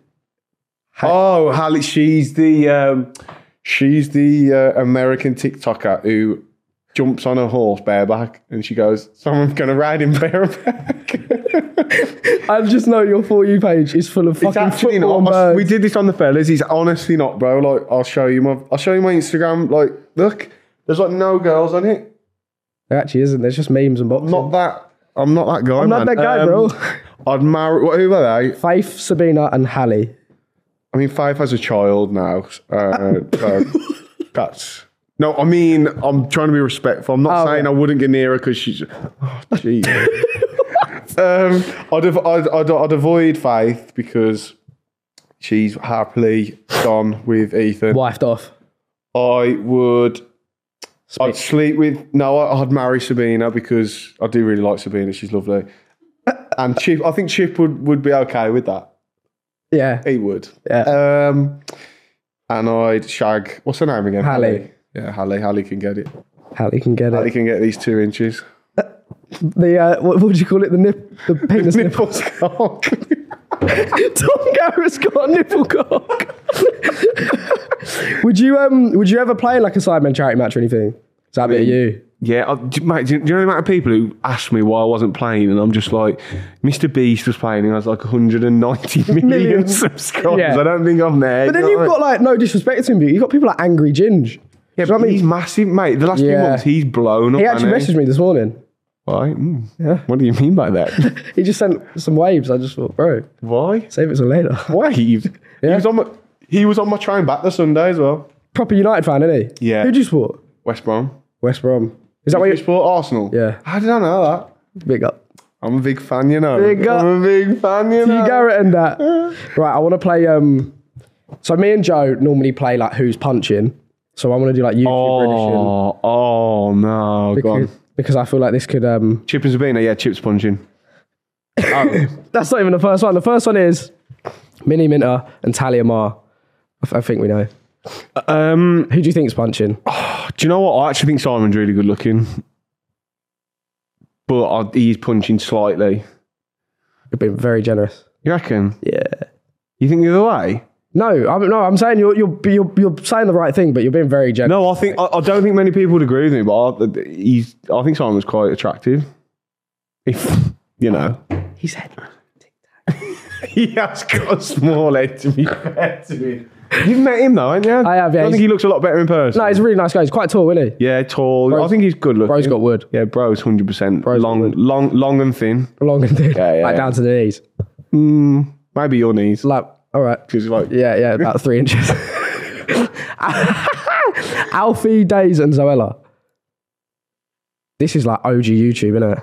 B: Oh, Halle, she's the um, she's the uh, American TikToker who jumps on a horse bareback and she goes, "Someone's gonna ride him bareback."
A: I just know your for you page is full of
B: It's
A: fucking
B: actually
A: football
B: not.
A: and
B: I-
A: birds.
B: we did this on the fellas. He's honestly not, bro. Like, I'll show you my, I'll show you my Instagram. Like, look, There's like no girls on it.
A: There actually isn't. There's just memes and boxing.
B: Not that. I'm not that guy.
A: I'm not
B: man.
A: that guy,
B: Um,
A: bro.
B: I'd marry. What, who are they?
A: Faith, Sabina, and Hallie.
B: I mean, Five has a child now. Uh, so that's. No, I mean, I'm trying to be respectful. I'm not
A: Oh,
B: saying
A: yeah.
B: I wouldn't get near her because she's. Oh, jeez. um, I'd, av- I'd, I'd, I'd avoid Faith because she's happily gone with Ethan.
A: Wifed off.
B: I would. I'd
A: Speak.
B: sleep with. No, I- I'd marry Sabina because I do really like Sabina. She's lovely. And Chip, I think Chip would, would be okay with that.
A: Yeah.
B: He would.
A: Yeah.
B: Um, and I'd shag. What's her name again?
A: Hallie.
B: Yeah, Hallie. Hallie can get it.
A: Hallie can get
B: Hallie
A: it.
B: can get these two inches.
A: The uh, what, what do you call it? The nip, the penis nipple.
B: Nipples cock.
A: Tom Garrett's got a nipple cock. would you um? Would you ever play in like a Sidemen charity match or anything? Is that a bit of you?
B: yeah, I, do- mate. Do you, do you know the amount of people who asked me why I wasn't playing, and I'm just like, Mr. Beast was playing, and I was like 190 million,
A: Million.
B: subscribers.
A: Yeah.
B: I don't think I'm there.
A: But then you've got like no disrespect to him, but you've got people like Angry Ginge.
B: yeah,
A: do you know
B: but
A: what I
B: he's
A: mean?
B: massive, mate. The last
A: Yeah.
B: few months, he's blown up.
A: He actually
B: hasn't
A: messaged me this morning.
B: Why? Mm. What do you mean by that?
A: He just sent some waves. I just thought, bro,
B: why?
A: save it till later.
B: Wave. He was on my. He was on my train back the Sunday as well.
A: Proper United fan, isn't he?
B: Yeah.
A: Who do you support?
B: West Brom.
A: West Brom. Is that
B: Wait,
A: where
B: you
A: you
B: support Arsenal?
A: Yeah.
B: How did I know that?
A: big up?
B: I'm a big fan, you know.
A: Big up.
B: I'm a big fan, you know.
A: you Garrett and that. right, I want to play. Um, so me and Joe normally play like who's punching. So I want to do like YouTube edition
B: Oh, oh no, go on.
A: because, because I feel like this could. Um,
B: Chip and Sabina, yeah, Chip's punching. Oh,
A: that's not even the first one. The first one is Mini Minter and Talia Mar. I, th- I think we know.
B: Um,
A: Who do you think's punching?
B: do you know what? I actually think Simon's really good looking, but I, he's punching slightly.
A: You've been very generous.
B: You reckon?
A: Yeah.
B: You think the other way?
A: No, I'm no. I'm saying you're you're you're, you're saying the right thing, but you're being very generous.
B: No, I think I, I don't think many people would agree with me, but I, he's. I think Simon's quite attractive. If you know,
A: He said.
B: he has got a small head. To be fair to me, you've met him though, haven't you?
A: I have, yeah.
B: I think
A: He's-
B: he looks a lot better in person.
A: No, he's a really nice guy. He's quite tall, isn't he?
B: Yeah, tall. I think he's good looking.
A: Bro's got wood,
B: yeah, bro's hundred percent.
A: Bro's
B: Long,
A: good.
B: long, long and thin.
A: long and thin,
B: Yeah, yeah,
A: like
B: yeah.
A: down to the knees.
B: Maybe your knees.
A: Like, all right.
B: 'Cause, like,
A: Yeah, yeah, about three inches. Alfie Days and Zoella. This is like OG YouTube, isn't it?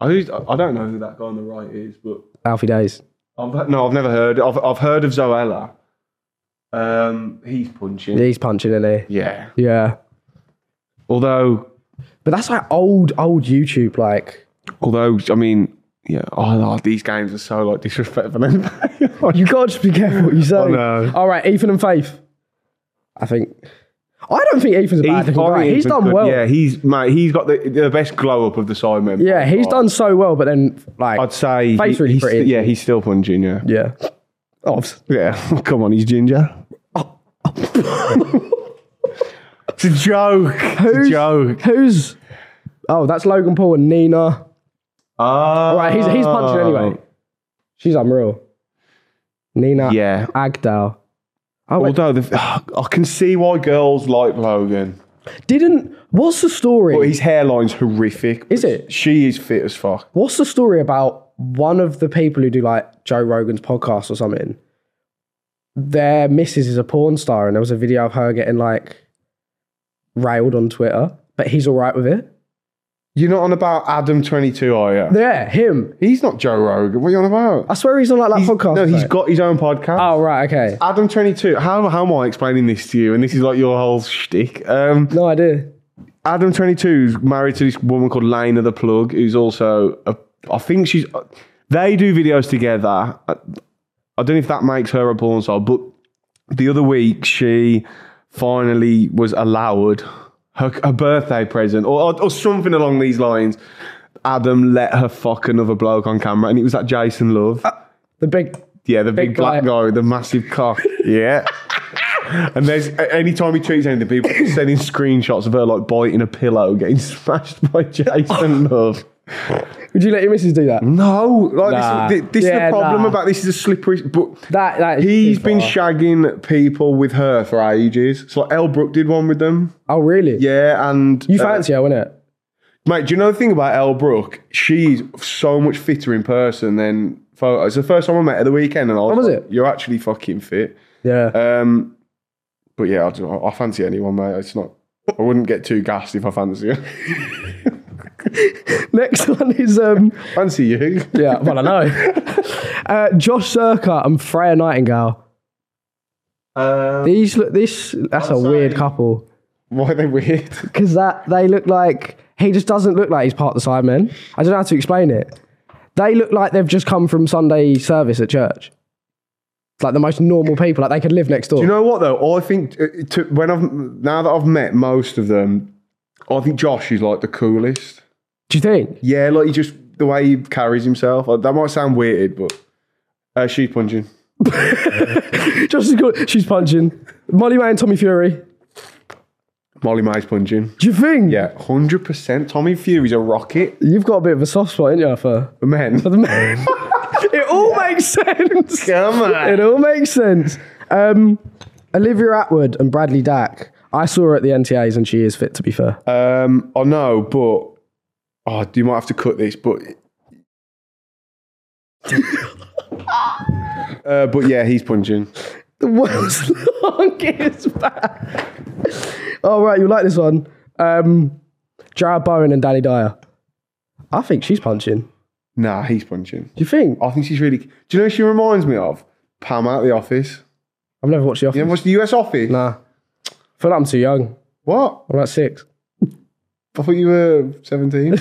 B: I, who's- I don't know who that guy on the right is, but
A: Alfie Days.
B: I've, no, I've never heard. I've I've heard of Zoella. Um, he's punching. Yeah.
A: He's punching in he? Yeah.
B: Although,
A: But that's like old, old YouTube, like
B: although I mean, yeah. Oh, no, these games are so like disrespectful. aren't they?
A: Oh, you gotta just be careful what you say.
B: know.
A: Oh, All right, Ethan and Faith. I think I don't think Ethan's a bad
B: He's-
A: looking guy.
B: Orient
A: He's
B: was
A: done
B: good.
A: well.
B: Yeah,
A: Yeah,
B: he's mate. He's got the, the best glow up of the side men.
A: he's done so well, but then like
B: I'd say
A: Face
B: he-
A: really
B: he's-
A: pretty.
B: Yeah, he's still punching. Yeah,
A: Yeah. Obs.
B: yeah. Come on, he's ginger. it's a joke. It's a joke.
A: Who's Oh, that's Logan Paul and Nina.
B: Oh,
A: Right, he's, he's punching anyway. She's unreal. Nina
B: Oh, Yeah.
A: Agdal. Oh, wait,
B: Although the, I can see why girls like Logan,
A: didn't. What's the story?
B: but his hairline's horrific.
A: Is it?
B: She is fit as fuck.
A: what's the story about one of the people who do like Joe Rogan's podcast or something? Their missus is a porn star, and there was a video of her getting like railed on Twitter, but he's all right with it.
B: You're not on about Adam twenty two, are you?
A: Yeah, him.
B: He's not Joe Rogan. What are you on about?
A: I swear he's on like that podcast.
B: no, he's
A: though.
B: got his own podcast.
A: Oh right, okay.
B: Adam twenty two. How how am I explaining this to you? And this is like your whole shtick. Um,
A: No idea.
B: Adam 22 is married to this woman called Lana the Plug, who's also, a, I think she's, they do videos together. I, I don't know if that makes her a porn star, but the other week she finally was allowed her, her birthday present or, or, or something along these lines. Adam let her fuck another bloke on camera, and it was that Jason Love.
A: The big
B: Yeah, the big,
A: Big
B: black guy with the massive cock. yeah. And there's a- anytime he tweets anything, people are sending screenshots of her like biting a pillow, getting smashed by Jason Love.
A: Would you let your missus do that?
B: No, like
A: Nah.
B: this, thi- this
A: Yeah,
B: is the problem
A: nah.
B: about this is a slippery. But
A: That- that is
B: he's
A: too
B: been
A: far.
B: shagging people with her for ages. So like El Brook did one with them.
A: Oh, really?
B: Yeah, and
A: You
B: uh,
A: fancy her, innit?
B: mate. Do you know the thing about El Brook? She's so much fitter in person than photos. The first time I met her the weekend, and I was,
A: was
B: like,
A: it?
B: You're actually fucking fit.
A: Yeah.
B: Um, but yeah, I, don't, I fancy anyone, mate. It's not. I wouldn't get too gassed if I fancy her.
A: Next one is um.
B: fancy you.
A: Yeah. Well, I know. uh, Josh Circa and Freya Nightingale. These look. This that's a weird couple
B: Why are they weird?
A: because that they look like he just doesn't look like he's part of the Sidemen. I don't know how to explain it. They look like they've just come from Sunday service at church. It's like the most normal people. Like they could live next door.
B: You know what though? I think uh, to, when I've now that I've met most of them, I think Josh is like the coolest.
A: Do you think?
B: Yeah, like he just the way he carries himself. Like, that might sound weird, but uh, she's punching.
A: Josh is good. She's punching. Molly May and Tommy Fury.
B: Molly May's punching.
A: Do you think?
B: Yeah, hundred percent. Tommy Fury's a rocket.
A: You've got a bit of a soft spot, ain't you, for
B: The men.
A: the men? it all makes sense.
B: Come
A: It
B: on.
A: all makes sense. Um, Olivia Atwood and Bradley Dack. I saw her at the NTAs and she is fit, to be fair.
B: Um, I know, but oh, you might have to cut this, but. Uh, but yeah, he's punching.
A: the world's longest back. All right, you like this one. Um, Jared Bowen and Danny Dyer. I think she's punching. Do
B: Nah, he's punching.
A: you think?
B: I think she's really. Do you know who she reminds me of? Pam out of the office.
A: I've never watched The Office.
B: You ever watched the US office?
A: Nah. I feel like I'm too young.
B: What?
A: I'm like six.
B: I thought you were 17.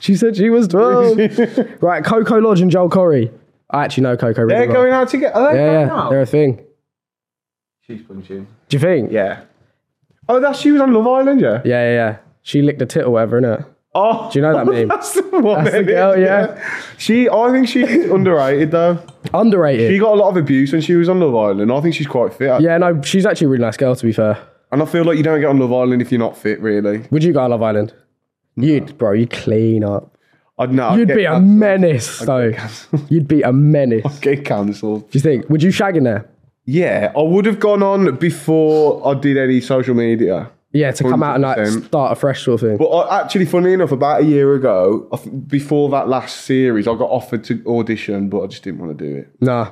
A: She said she was 12. right, Coco Lodge and Joel Corey. I actually know Coco really
B: They're
A: well.
B: going out together. Are they
A: Yeah,
B: going
A: yeah,
B: out?
A: they're a thing.
B: She's punching.
A: Do you think?
B: Yeah. Oh, that's she was on Love Island, yeah?
A: Yeah, yeah, yeah. She licked a tit or whatever, innit?
B: Oh.
A: Do you know that meme?
B: That's the
A: That's
B: one.
A: the
B: isn't it?
A: girl, yeah.
B: She, I think she's underrated though.
A: Underrated.
B: She got a lot of abuse when she was on Love Island. I think she's quite fit. actually.
A: yeah, no, she's actually a really nice girl, to be fair.
B: And I feel like you don't get on Love Island if you're not fit, really.
A: Would you go on Love Island? You'd, bro, you'd clean up.
B: I'd know. I'd
A: You'd
B: get
A: be a
B: cancelled.
A: menace, though. You'd be a menace. Do
B: Get cancelled.
A: you think? Would you shag in there?
B: Yeah, I would have gone on before I did any social media.
A: Yeah, to come out and like
B: 100%.
A: start afresh sort of thing.
B: But I, actually, funny enough, about a year ago, I th- before that last series, I got offered to audition, but I just didn't want to do it.
A: Nah.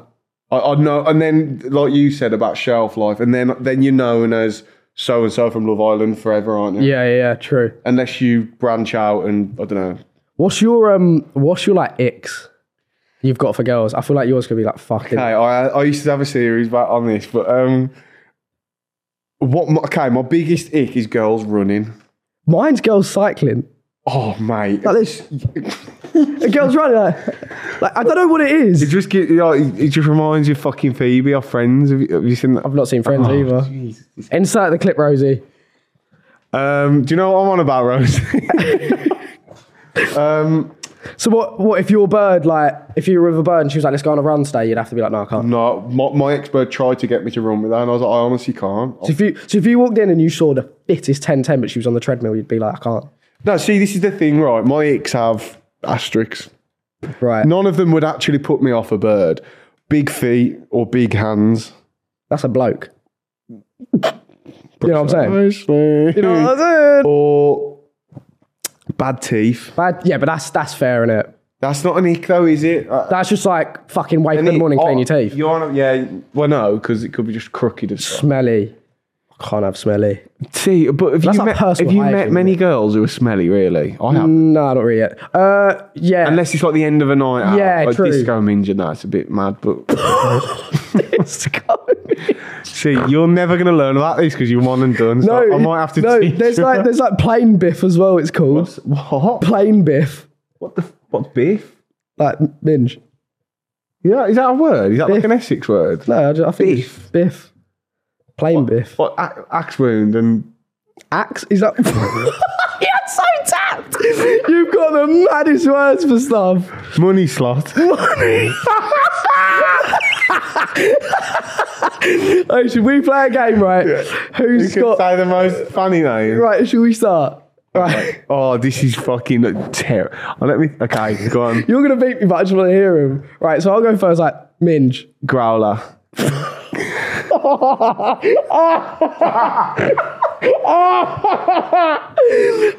B: I, I know, and then like you said about shelf life, and then then you're known as so and so from Love Island forever, aren't you?
A: Yeah, yeah, yeah, true.
B: Unless you branch out and I don't know.
A: What's your um? What's your like icks you've got for girls? I feel like yours could be like fucking.
B: Hey, I I used to have a series back on this, but um, what? My, okay, my biggest ick is girls running.
A: Mine's girls cycling.
B: Oh mate,
A: Like this. A girl's running like, like I don't know what it
B: It
A: is.
B: just get, like, it just reminds you of fucking Phoebe or Friends. Have you, have you seen that?
A: I've not seen Friends either. Insert the clip, Rosie.
B: Um, do you know what I'm on about, Rose? um,
A: So what? What if your bird like if you were with a bird and she was like, let's go on a run today? You'd have to be like, no, I can't.
B: no, my, my expert tried to get me to run with that, and I was like, I honestly can't.
A: So if you so if you walked in and you saw the fittest 10-10, but she was on the treadmill, you'd be like, I can't.
B: No, see, this is the thing, right? My icks have asterisks.
A: Right.
B: None of them would actually put me off a bird. Big feet or big hands.
A: That's a bloke. you know what I'm saying?
B: Precisely.
A: You know what I'm saying?
B: Or bad teeth.
A: Bad, yeah, but that's that's fair, is it?
B: That's not an ick, though, is it? Uh,
A: That's just like fucking wake up in the
B: it-
A: morning, clean
B: oh,
A: your teeth.
B: You're on, a- yeah. Well, no, because it could be just crooked as stuff.
A: Smelly. I can't have smelly.
B: See, but have
A: That's
B: you
A: like
B: met, have
A: personal
B: you
A: hygiene,
B: met many girls who are smelly? Really, I have.
A: No, not really yet. Uh, yeah.
B: Mm. Unless it's like the end of a night out,
A: Yeah,
B: like
A: true.
B: disco minge, and that's a bit mad. But
A: it's going.
B: see, you're never going to learn about this because you're one and done. So
A: No,
B: I might have to
A: no.
B: teach
A: There's
B: you.
A: like there's like plain biff as well. It's called
B: what?
A: plain biff,
B: What the? f- What's beef?
A: like minge.
B: Yeah, is that a word? Is that like an Essex word?
A: No, I, ju- I think it's biff, plain biff.
B: What a- axe wound and
A: Axe is
B: Oh
A: that? You're so tapped. You've got the maddest words for stuff.
B: money slot?
A: Hey, should we play a game, right? Who's
B: You could
A: got
B: say the most funny name.
A: right? Should we start?
B: oh, this is fucking terrible. Oh, let me. Okay, go on.
A: You're gonna beat me, but I just want to hear him. Right, so I'll go first. Like Minge.
B: Growler.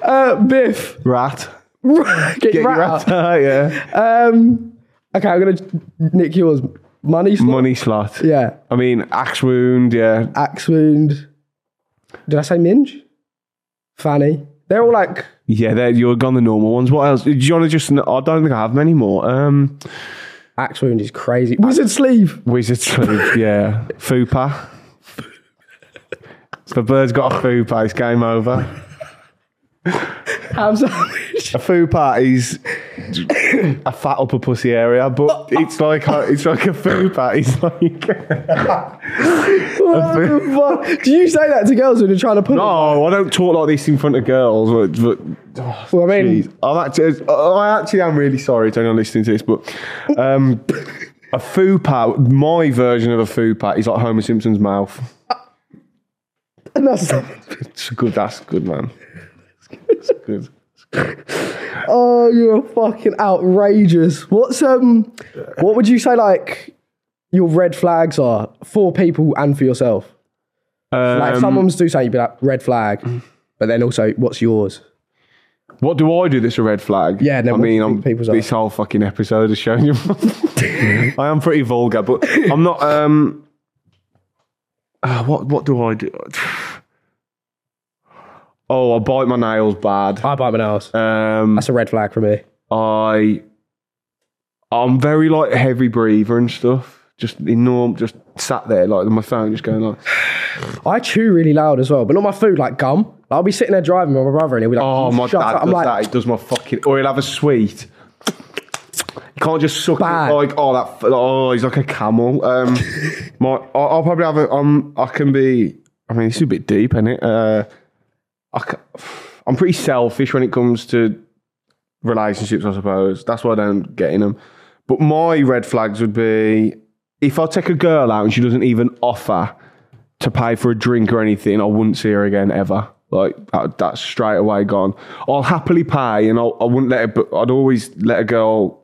A: Uh, Biff.
B: Rat.
A: Get, your rat
B: Get your
A: out.
B: rat out, yeah.
A: Um, okay, I'm gonna nick yours. Money. slot?
B: Money slot.
A: Yeah.
B: I mean, axe wound, yeah.
A: Axe wound. Did I say Minge? Fanny. They're all like
B: Yeah, there you're gone the normal ones. What else? Do you want to just? I don't think I have many more. Um,
A: axe wound is crazy. Wizard sleeve.
B: wizard sleep, yeah. Fupa. So the bird's got a fupa. It's game over.
A: Ham sandwich.
B: A fupa is a fat upper pussy area, but it's like a, it's like a fupa. It's like
A: What the fuck? Do you say that to girls when you're trying to put?
B: no. Oh, I don't talk like this in front of girls, but, but
A: Well, I mean,
B: Jeez. I'm actually, I actually am really sorry to anyone listening to this, but um, a fupa, my version of a fupa is like Homer Simpson's mouth.
A: and that's
B: It's good. That's good, man. It's good.
A: oh, you're fucking outrageous. What's um, what would you say like your red flags are for people and for yourself? Like if
B: Um,
A: someone's do something, you'd be like red flag, but then also what's yours?
B: what do I do that's a red flag?
A: Yeah, no,
B: I
A: what do
B: mean,
A: you
B: I'm,
A: think people's
B: this whole fucking episode has shown you. I am pretty vulgar, but I'm not. Um, uh, what What do I do? Oh, I bite my nails bad.
A: I bite my nails.
B: Um,
A: That's a red flag for me.
B: I I'm very like heavy breather and stuff. Just enorm just sat there like with my phone just going like
A: I chew really loud as well, but not my food, like gum. Like, I'll be sitting there driving with my brother and he'll be like,
B: Oh my
A: shut
B: dad
A: up.
B: does
A: I'm like,
B: that, he does my fucking or he'll have a sweet. You can't just suck
A: Bad.
B: it like oh that f- oh he's like a camel. Um my I- I'll probably have a um I can be I mean this is a bit deep, isn't it? Uh I ca- I'm pretty selfish when it comes to relationships, I suppose. That's why I don't get in them. But my red flags would be if I take a girl out and she doesn't even offer to pay for a drink or anything, I wouldn't see her again ever. Like that, that's straight away gone. I'll happily pay, and I'll, I wouldn't let. Her, but I'd always let a girl.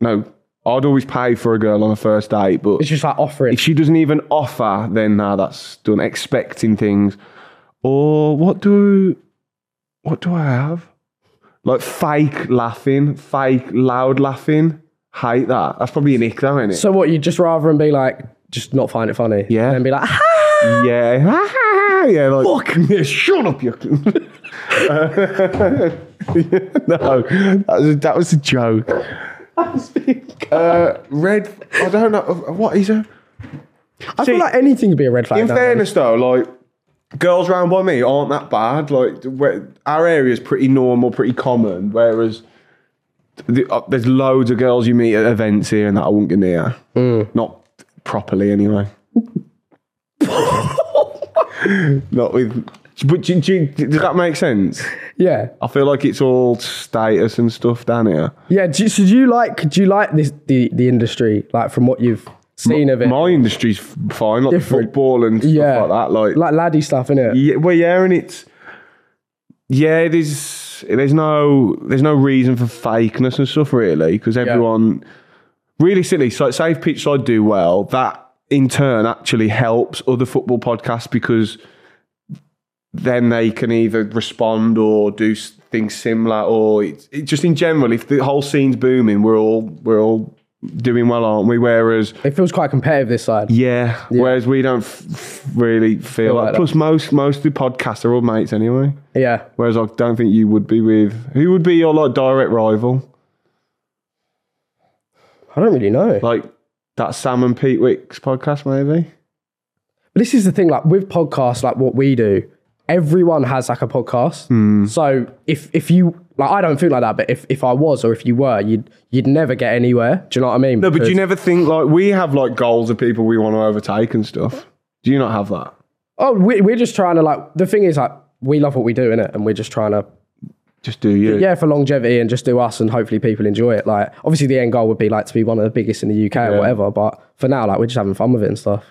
B: No, I'd always pay for a girl on a first date, but
A: it's just like offering.
B: if she doesn't even offer, then nah, that's done. Expecting things, or what do, what do I have? Like fake laughing, fake loud laughing. Hate that. That's probably an ick, though, isn't it?
A: So what, you'd just rather and be like, just not find it funny?
B: Yeah.
A: And then be like, "Ah, ha!
B: yeah, yeah. Like, Fuck yeah, shut up, you. Uh, no, that was, a, that was a joke. Uh, red. I don't know uh, what is a.
A: I
B: See-
A: feel like anything would be a red flag.
B: In
A: nowadays.
B: fairness, though, like girls round by me aren't that bad. Like where, our area is pretty normal, pretty common. Whereas the, uh, there's loads of girls you meet at events here and that I wouldn't get near.
A: Hmm.
B: Not properly, anyway. Not with. But do, do, does that make sense?
A: Yeah.
B: I feel like it's all status and stuff down here.
A: Yeah. Do, you- so do you like, do you like this, the, the industry, like from what you've seen of it?
B: My industry's f- fine, like
A: Different.
B: football and stuff
A: Yeah.
B: like that. Like,
A: like laddie stuff, innit?
B: Yeah, well, yeah, and it's yeah, it is. There's no there's no reason for fakeness and stuff really, because everyone really silly. So, say if Pitchside do well, that in turn actually helps other football podcasts because then they can either respond or do s- things similar, or it's it, just in general, if the whole scene's booming, we're all we're all doing well, aren't we? Whereas
A: It feels quite competitive this side.
B: yeah. Whereas we don't f- f- really feel
A: like
B: like.
A: that.
B: Plus, most most of the podcasts are all mates anyway.
A: Yeah.
B: Whereas I don't think you would be with. Who would be your like direct rival?
A: I don't really know.
B: Like that Sam and Pete Wicks podcast, maybe.
A: But this is the thing, like with podcasts, like what we do, everyone has like a podcast.
B: Hmm.
A: So if if you like, I don't feel like that, but if if I was or if you were, you'd you'd never get anywhere. Do you know what I mean?
B: No, but you never think like we have like goals of people we want to overtake and stuff. Do you not have that?
A: Oh, we, we're just trying to like. The thing is, like, we love what we do in it, and we're just trying to
B: Just do you?
A: yeah for longevity and just do us, and hopefully people enjoy it. Like, obviously the end goal would be like to be one of the biggest in the UK or whatever. But for now, like, we're just having fun with it and stuff.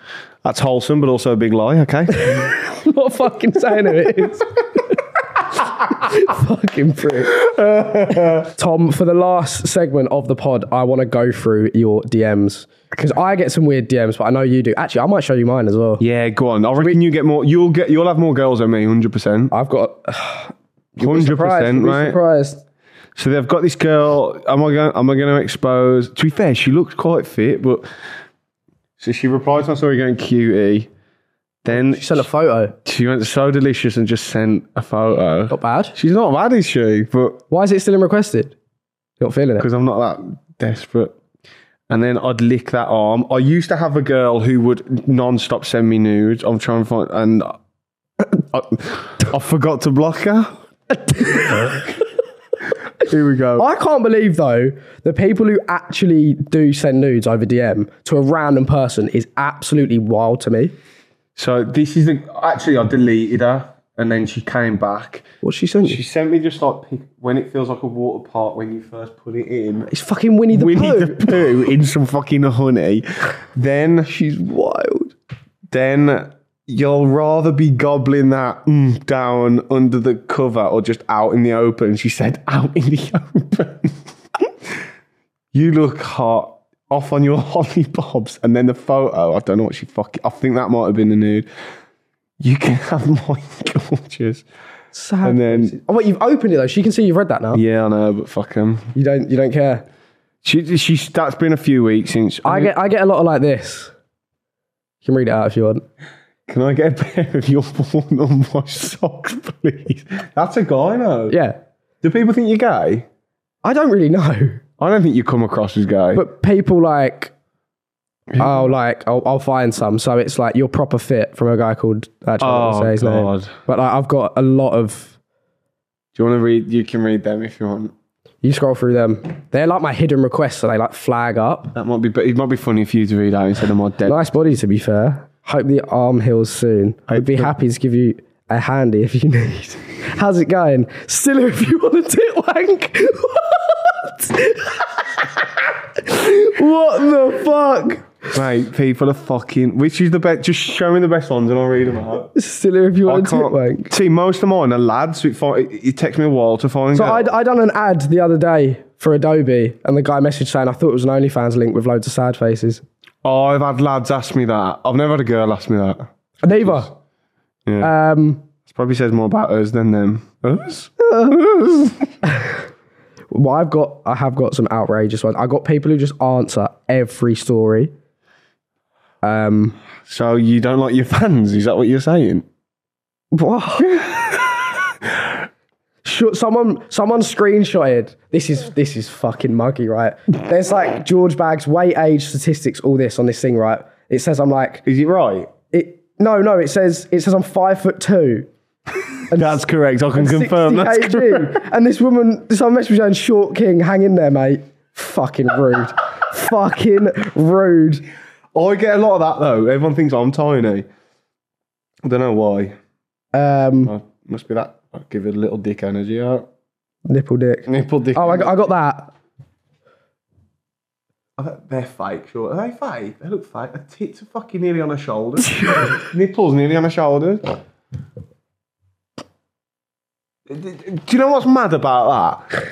B: That's wholesome, but also a big lie. Okay.
A: I'm not fucking saying it is. Fucking prick. Tom, for the last segment of the pod, I want to go through your DMs because I get some weird DMs, but I know you do. Actually, I might show you mine as well.
B: Yeah, go on. I reckon you get more. You'll get. You'll have more girls than me, hundred percent,
A: I've got
B: hundred percent,
A: right?
B: right?
A: Surprised.
B: So they've got this girl. Am I going? Am I going to expose? To be fair, she looked quite fit, but so she replied to my story going cutie. Then
A: You sent a photo.
B: she went so delicious and just sent a photo.
A: Not bad.
B: She's not bad, is she? But
A: Why is it still in requested? Not feeling it.
B: because I'm not that desperate. And then I'd lick that arm. I used to have a girl who would non-stop send me nudes. I'm trying to find, and I, I forgot to block her. Here we go.
A: I can't believe though the people who actually do send nudes over DM to a random person is absolutely wild to me.
B: So this is the, actually I deleted her, and then she came back.
A: What she sent you?
B: She sent me just like pic- when it feels like a water part when you first put it in.
A: It's fucking Winnie the
B: Winnie
A: Pooh.
B: the Pooh in some fucking honey. Then she's wild. Then you'll rather be gobbling that mm, down under the cover or just out in the open. She said, out in the open. you look hot. Off on your holly bobs, and then the photo. I don't know what she fucking. I think that might have been a nude. You can have my gorgeous.
A: Sad.
B: And then-
A: oh wait, you've opened it though. She can see you've read that now.
B: Yeah, I know, but fuck 'em.
A: You don't. You don't care.
B: She, she. That's been a few weeks since.
A: I get. I get a lot of like this. You can read it out if you want.
B: Can I get a pair of your worn on my socks, please? That's a guy now.
A: Yeah.
B: Do people think you're gay?
A: I don't really know,
B: I don't think you come across as gay.
A: but people like. Oh, like I'll, I'll find some. So it's like your proper fit from a guy called. Actually, I won't
B: Oh,
A: say his
B: God.
A: name. But like, I've got a lot of.
B: Do you want to read? You can read them if you want.
A: You scroll through them. They're like my hidden requests, so they like flag up.
B: That might be. But it might be funny for you to read out instead of my dead.
A: Nice body, to be fair. Hope the arm heals soon. I'd be happy to give you a handy if you need. How's it going? Still, if you want a tit wank. What? what the fuck?
B: Mate, people are fucking. Which is the best? Just show me the best ones and I'll read them out.
A: Still, if you
B: I
A: want a tit
B: can't.
A: wank.
B: See, most of mine are lads. So it, fi- it, it takes me a while to find.
A: So
B: out.
A: I, I done an ad the other day for Adobe, and the guy messaged saying I thought it was an OnlyFans link with loads of sad faces.
B: oh, I've had lads ask me that. I've never had a girl ask me that.
A: Neither.
B: Yeah.
A: Um,
B: This probably says more about us than them. Us.
A: well, I've got I have got some outrageous ones. I got people who just answer every story. Um,
B: So you don't like your fans? Is that what you're saying?
A: What? Sure, someone someone screenshotted. This is this is fucking muggy, right? There's like George Bags weight, age, statistics, all this on this thing, right? It says I'm like
B: Is it right?
A: it. No, no, it says it says I'm five foot two.
B: That's correct. I can
A: 60 kg. And this woman, this message was saying, "Short King, hang in there, mate." Fucking rude. fucking rude.
B: I get a lot of that though. Everyone thinks "Oh, I'm tiny. I don't know why.
A: Um,
B: I must be that. I give it a little dick energy out.
A: nipple dick.
B: Nipple dick.
A: Oh, I got, I got that.
B: They're fake, sure. Are they fake? They look fake. The tits are fucking nearly on her shoulders. Nipples nearly on her shoulders. Do you know what's mad about that?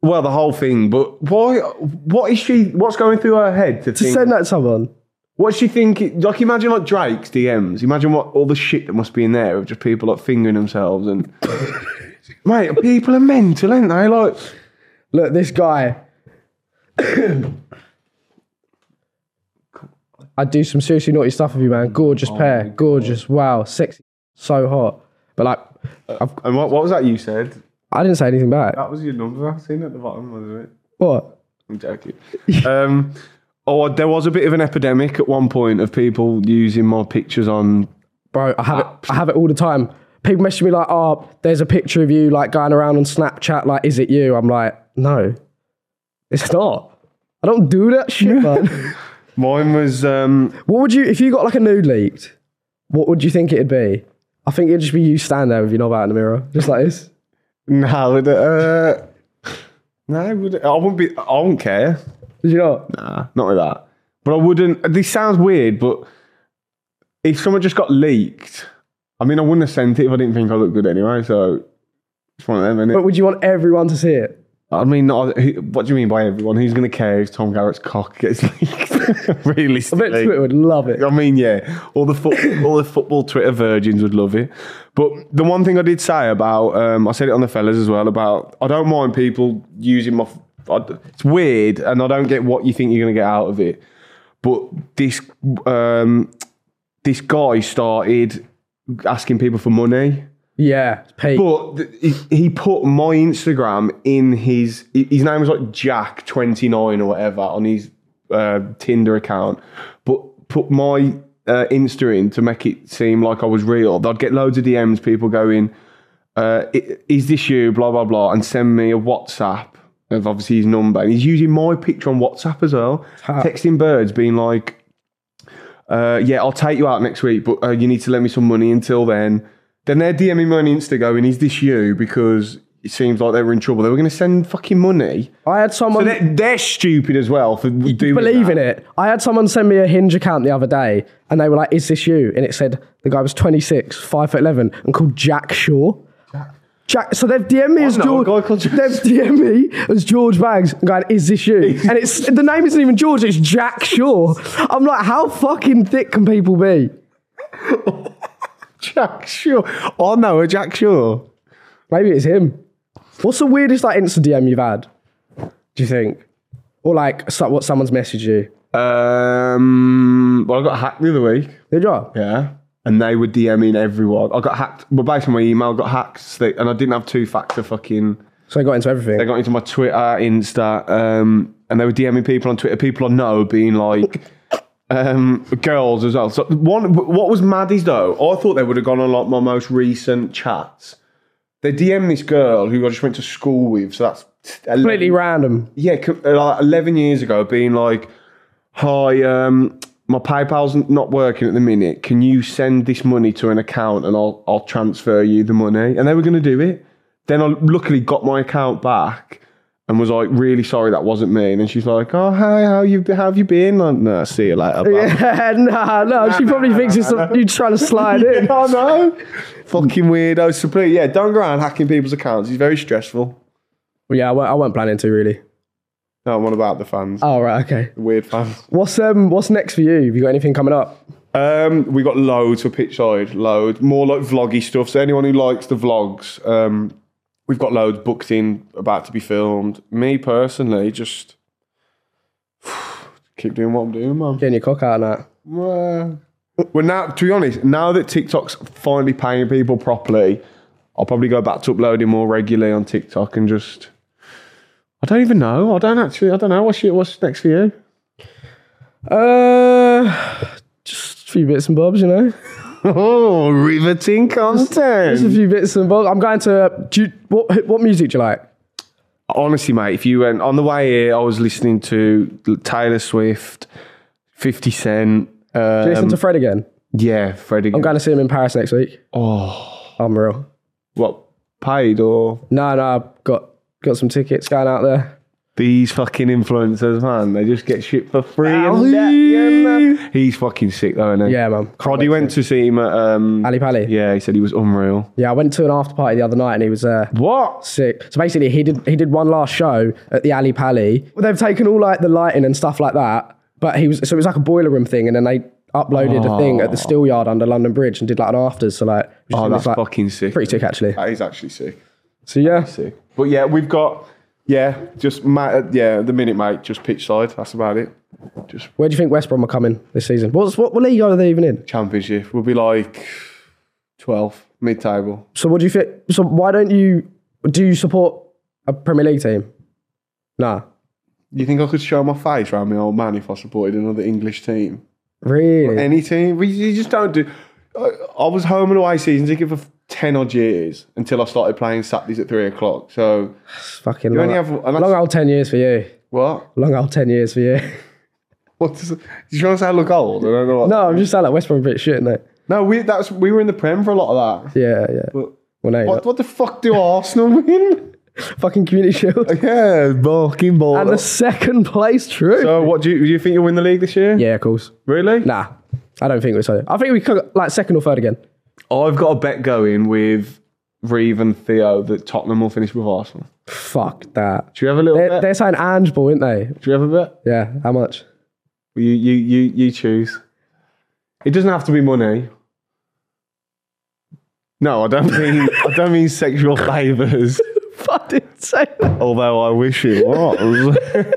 B: Well, the whole thing, but why? What is she? What's going through her head to,
A: To
B: think?
A: send that to someone.
B: What's she thinking? Like, imagine like Drake's DMs. Imagine what all the shit that must be in there of just people like fingering themselves and. Mate, people are mental, aren't they? Like,
A: Look, this guy. I'd do some seriously naughty stuff with you, man. Gorgeous pair, gorgeous. Wow, sexy, so hot. But like,
B: and what, what was that you said?
A: I didn't say anything back.
B: That was your number. I seen at the bottom, wasn't it?
A: What?
B: I'm joking. um, oh, there was a bit of an epidemic at one point of people using my pictures on.
A: Bro, I have it. I have it all the time. People message me like, "Oh, there's a picture of you like going around on Snapchat. Like, is it you?" I'm like, "No, it's not. I don't do that shit, man."
B: Mine was. Um,
A: what would you if you got like a nude leaked? What would you think it'd be? I think it'd just be you standing there with your knob out in the mirror, just like this.
B: no, uh, no, would I wouldn't be. I wouldn't care.
A: Did you not?
B: Nah, not with that. But I wouldn't. This sounds weird, but if someone just got leaked, I mean, I wouldn't have sent it if I didn't think I looked good anyway. So It's one of them, isn't
A: But
B: it?
A: would you want everyone to see it?
B: I mean, not, who- what do you mean by everyone? Who's going to care if Tom Garrett's cock gets leaked?
A: I bet
B: Realistically.
A: Twitter would love it.
B: I mean, yeah, all the foot, all the football Twitter virgins would love it. But the one thing I did say about, um, I said it on the fellas as well about I don't mind people using my. f- I- it's weird, and I don't get what you think you're going to get out of it. But this um, this guy started asking people for money.
A: Yeah, it's peak.
B: But th- he- he put my Instagram in his hi- his name was like Jack twenty nine or whatever on his uh, Tinder account, but put my uh, Insta in to make it seem like I was real. I'd get loads of DMs, people going, uh, i- "Is this you?" Blah blah blah, and send me a WhatsApp of obviously his number, and he's using my picture on WhatsApp as well, texting birds, being like. Uh, yeah, I'll take you out next week, but uh, you need to lend me some money until then. Then they're DMing me on Insta going, is this you? Because it seems like they were in trouble. They were going to send fucking money.
A: I had someone
B: But they're, they're stupid as well for doing
A: believe
B: that.
A: in it. I had someone send me a Hinge account the other day, and they were like, "Is this you?" And it said the guy was 26, five foot eleven, and called Jack Shaw. Jack. So they've DM'd me as
B: know a
A: George.
B: guy called Jack
A: They've DM'd me as George Bags, and going, "Is this you?" and it's the name isn't even George. It's Jack Shaw. I'm like, how fucking thick can people be?
B: Jack Shaw. Oh, no, a Jack Shaw.
A: Maybe it's him. What's the weirdest like Insta DM you've had? Do you think? Or like so, what someone's messaged you?
B: Um, well, I got hacked the other week.
A: Did you?
B: Yeah. And they were DMing everyone. I got hacked. Well, basically, my email got hacked, so they- and I didn't have two factor fucking.
A: So I got into everything.
B: They got into my Twitter, Insta, um, and they were DMing people on Twitter, people I know, being like, um, girls as well. So one, what was mad is though, I thought they would have gone on like my most recent chats. They DM this girl who I just went to school with, so that's 11
A: Completely random.
B: yeah, co- uh, like eleven years ago, being like, "Hi, um, my PayPal's n- not working at the minute. Can you send this money to an account and I'll I'll transfer you the money?" And they were going to do it. Then I luckily got my account back and was like, "Really sorry, that wasn't me." And then she's like, "Oh, hi, how you how have you been?" Like, "No, see you later." bye."
A: Yeah, nah, no, she probably thinks it's a, you trying to slide in.
B: I know. Fucking weirdos. So please, yeah, don't go around hacking people's accounts. It's very stressful.
A: Well, yeah, I weren't, I weren't planning to really.
B: No, what about the fans?
A: Oh right, okay.
B: The weird fans.
A: What's um, what's next for you? Have you got anything coming up?
B: Um, we got loads for pitch side, loads more like vloggy stuff. So anyone who likes the vlogs, um, we've got loads booked in, about to be filmed. Me personally, just keep doing what I'm doing, man.
A: Getting your cock out and that.
B: Well, now, to be honest, now that TikTok's finally paying people properly, I'll probably go back to uploading more regularly on TikTok and just. I don't even know. I don't actually. I don't know. What's your, what's next for you?
A: Uh, just a few bits and bobs, you know.
B: Oh, riveting
A: Just a
B: content.
A: few bits and bobs. I'm going to. Do you, what what music do you like?
B: Honestly, mate, if you went on the way here, I was listening to Taylor Swift, 50 Cent. Um,
A: Listen to Fred again.
B: yeah, Freddie.
A: I'm going to see him in Paris next week.
B: oh,
A: I'm real.
B: what? Paid or
A: No, no, I've got got some tickets going out there.
B: These fucking influencers, man, they just get shit for free. And that, yeah,
A: Ali.
B: man. He's fucking sick though, isn't he?
A: Yeah, man.
B: Croddy went to see him at um
A: Ali Pali. Yeah.
B: Yeah, he said he was unreal.
A: I went to an after party the other night and he was uh,
B: What?
A: sick. So basically, he did he did one last show at the Ali Pali. Well, They've taken all like the lighting and stuff like that, but he was so it was like a boiler room thing, and then they uploaded a thing at the steel yard under London Bridge and did like an afters. So like, it was just
B: Ah. Oh,
A: in
B: that's
A: this, like,
B: fucking sick.
A: pretty sick actually.
B: That is actually sick.
A: So yeah,
B: Sick. But yeah, we've got yeah, just ma- uh, yeah, the minute mate, just pitch side. That's about it. Just
A: where do you think West Brom are coming this season? What's what, what league are they even in?
B: championship. We'll be like 12th, mid table.
A: So what do you think? So why don't you do you support a Premier League team? Nah,
B: You think I could show my face around my old man if I supported another English team?
A: really.
B: any team. We, you just don't do. I, I was home and away season ticket for ten odd years until I started playing Saturdays at three o'clock. So
A: It's fucking long,
B: only have- and that's-
A: long old 10 years for you.
B: what?
A: Long old 10 years for you.
B: What does? You trying to say I look old? I don't know. What,
A: no, I'm just saying like West Brom are a bit shit, no.
B: no. We that's we were in the prem for a lot of that.
A: Yeah, yeah.
B: But
A: Well, no, you're
B: what, what the fuck do Arsenal win?
A: not. fucking community shield.
B: yeah, barking ball.
A: And the second place true.
B: so what do you, do you think you'll win the league this year?
A: yeah, of course.
B: Really?
A: Nah, I don't think we so. I think we could like second or third again.
B: I've got a bet going with Reeve and Theo that Tottenham will finish with Arsenal?
A: Fuck that.
B: Do you have a little
A: They're,
B: bit?
A: they're saying Ange Ball, aren't they?
B: Do you have a bit?
A: Yeah. How much?
B: You, you, you, you choose. It doesn't have to be money. No, I don't mean I don't mean sexual favours.
A: I didn't say that.
B: Although I wish it was.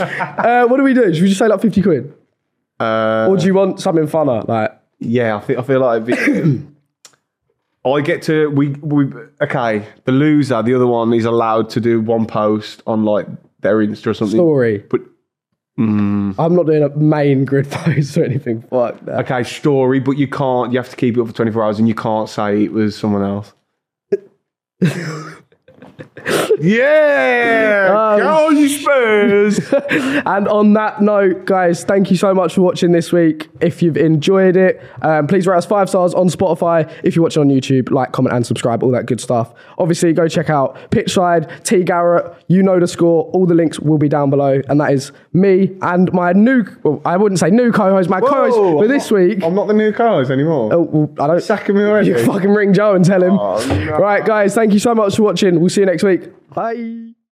A: Uh, what do we do? Should we just say like 50 quid?
B: Uh,
A: Or do you want something funner? Like,
B: yeah, I feel I feel like it'd be, I get to we we okay. The loser, the other one, is allowed to do one post on like their Insta or something.
A: story.
B: But
A: I'm not doing a main grid post or anything. Fuck that.
B: okay, story, but you can't. You have to keep it up for twenty four hours, and you can't say it was someone else. yeah, go you Spurs.
A: And on that note, guys, thank you so much for watching this week. If you've enjoyed it, um, please rate us five stars on Spotify. If you're watching on YouTube, like, comment, and subscribe, all that good stuff. Obviously, go check out Pitchside, T Garrett, you know the score. All the links will be down below. And that is me and my new, well, I wouldn't say new co host, my co host
B: Whoa,
A: for
B: Oh, I'm
A: this
B: not-
A: week.
B: I'm not the new Carlos anymore.
A: Oh, well, I don't.
B: Sacking me already.
A: You fucking ring Joe and tell him.
B: Oh, no.
A: Right, guys, thank you so much for watching. We'll see you next week. Bye.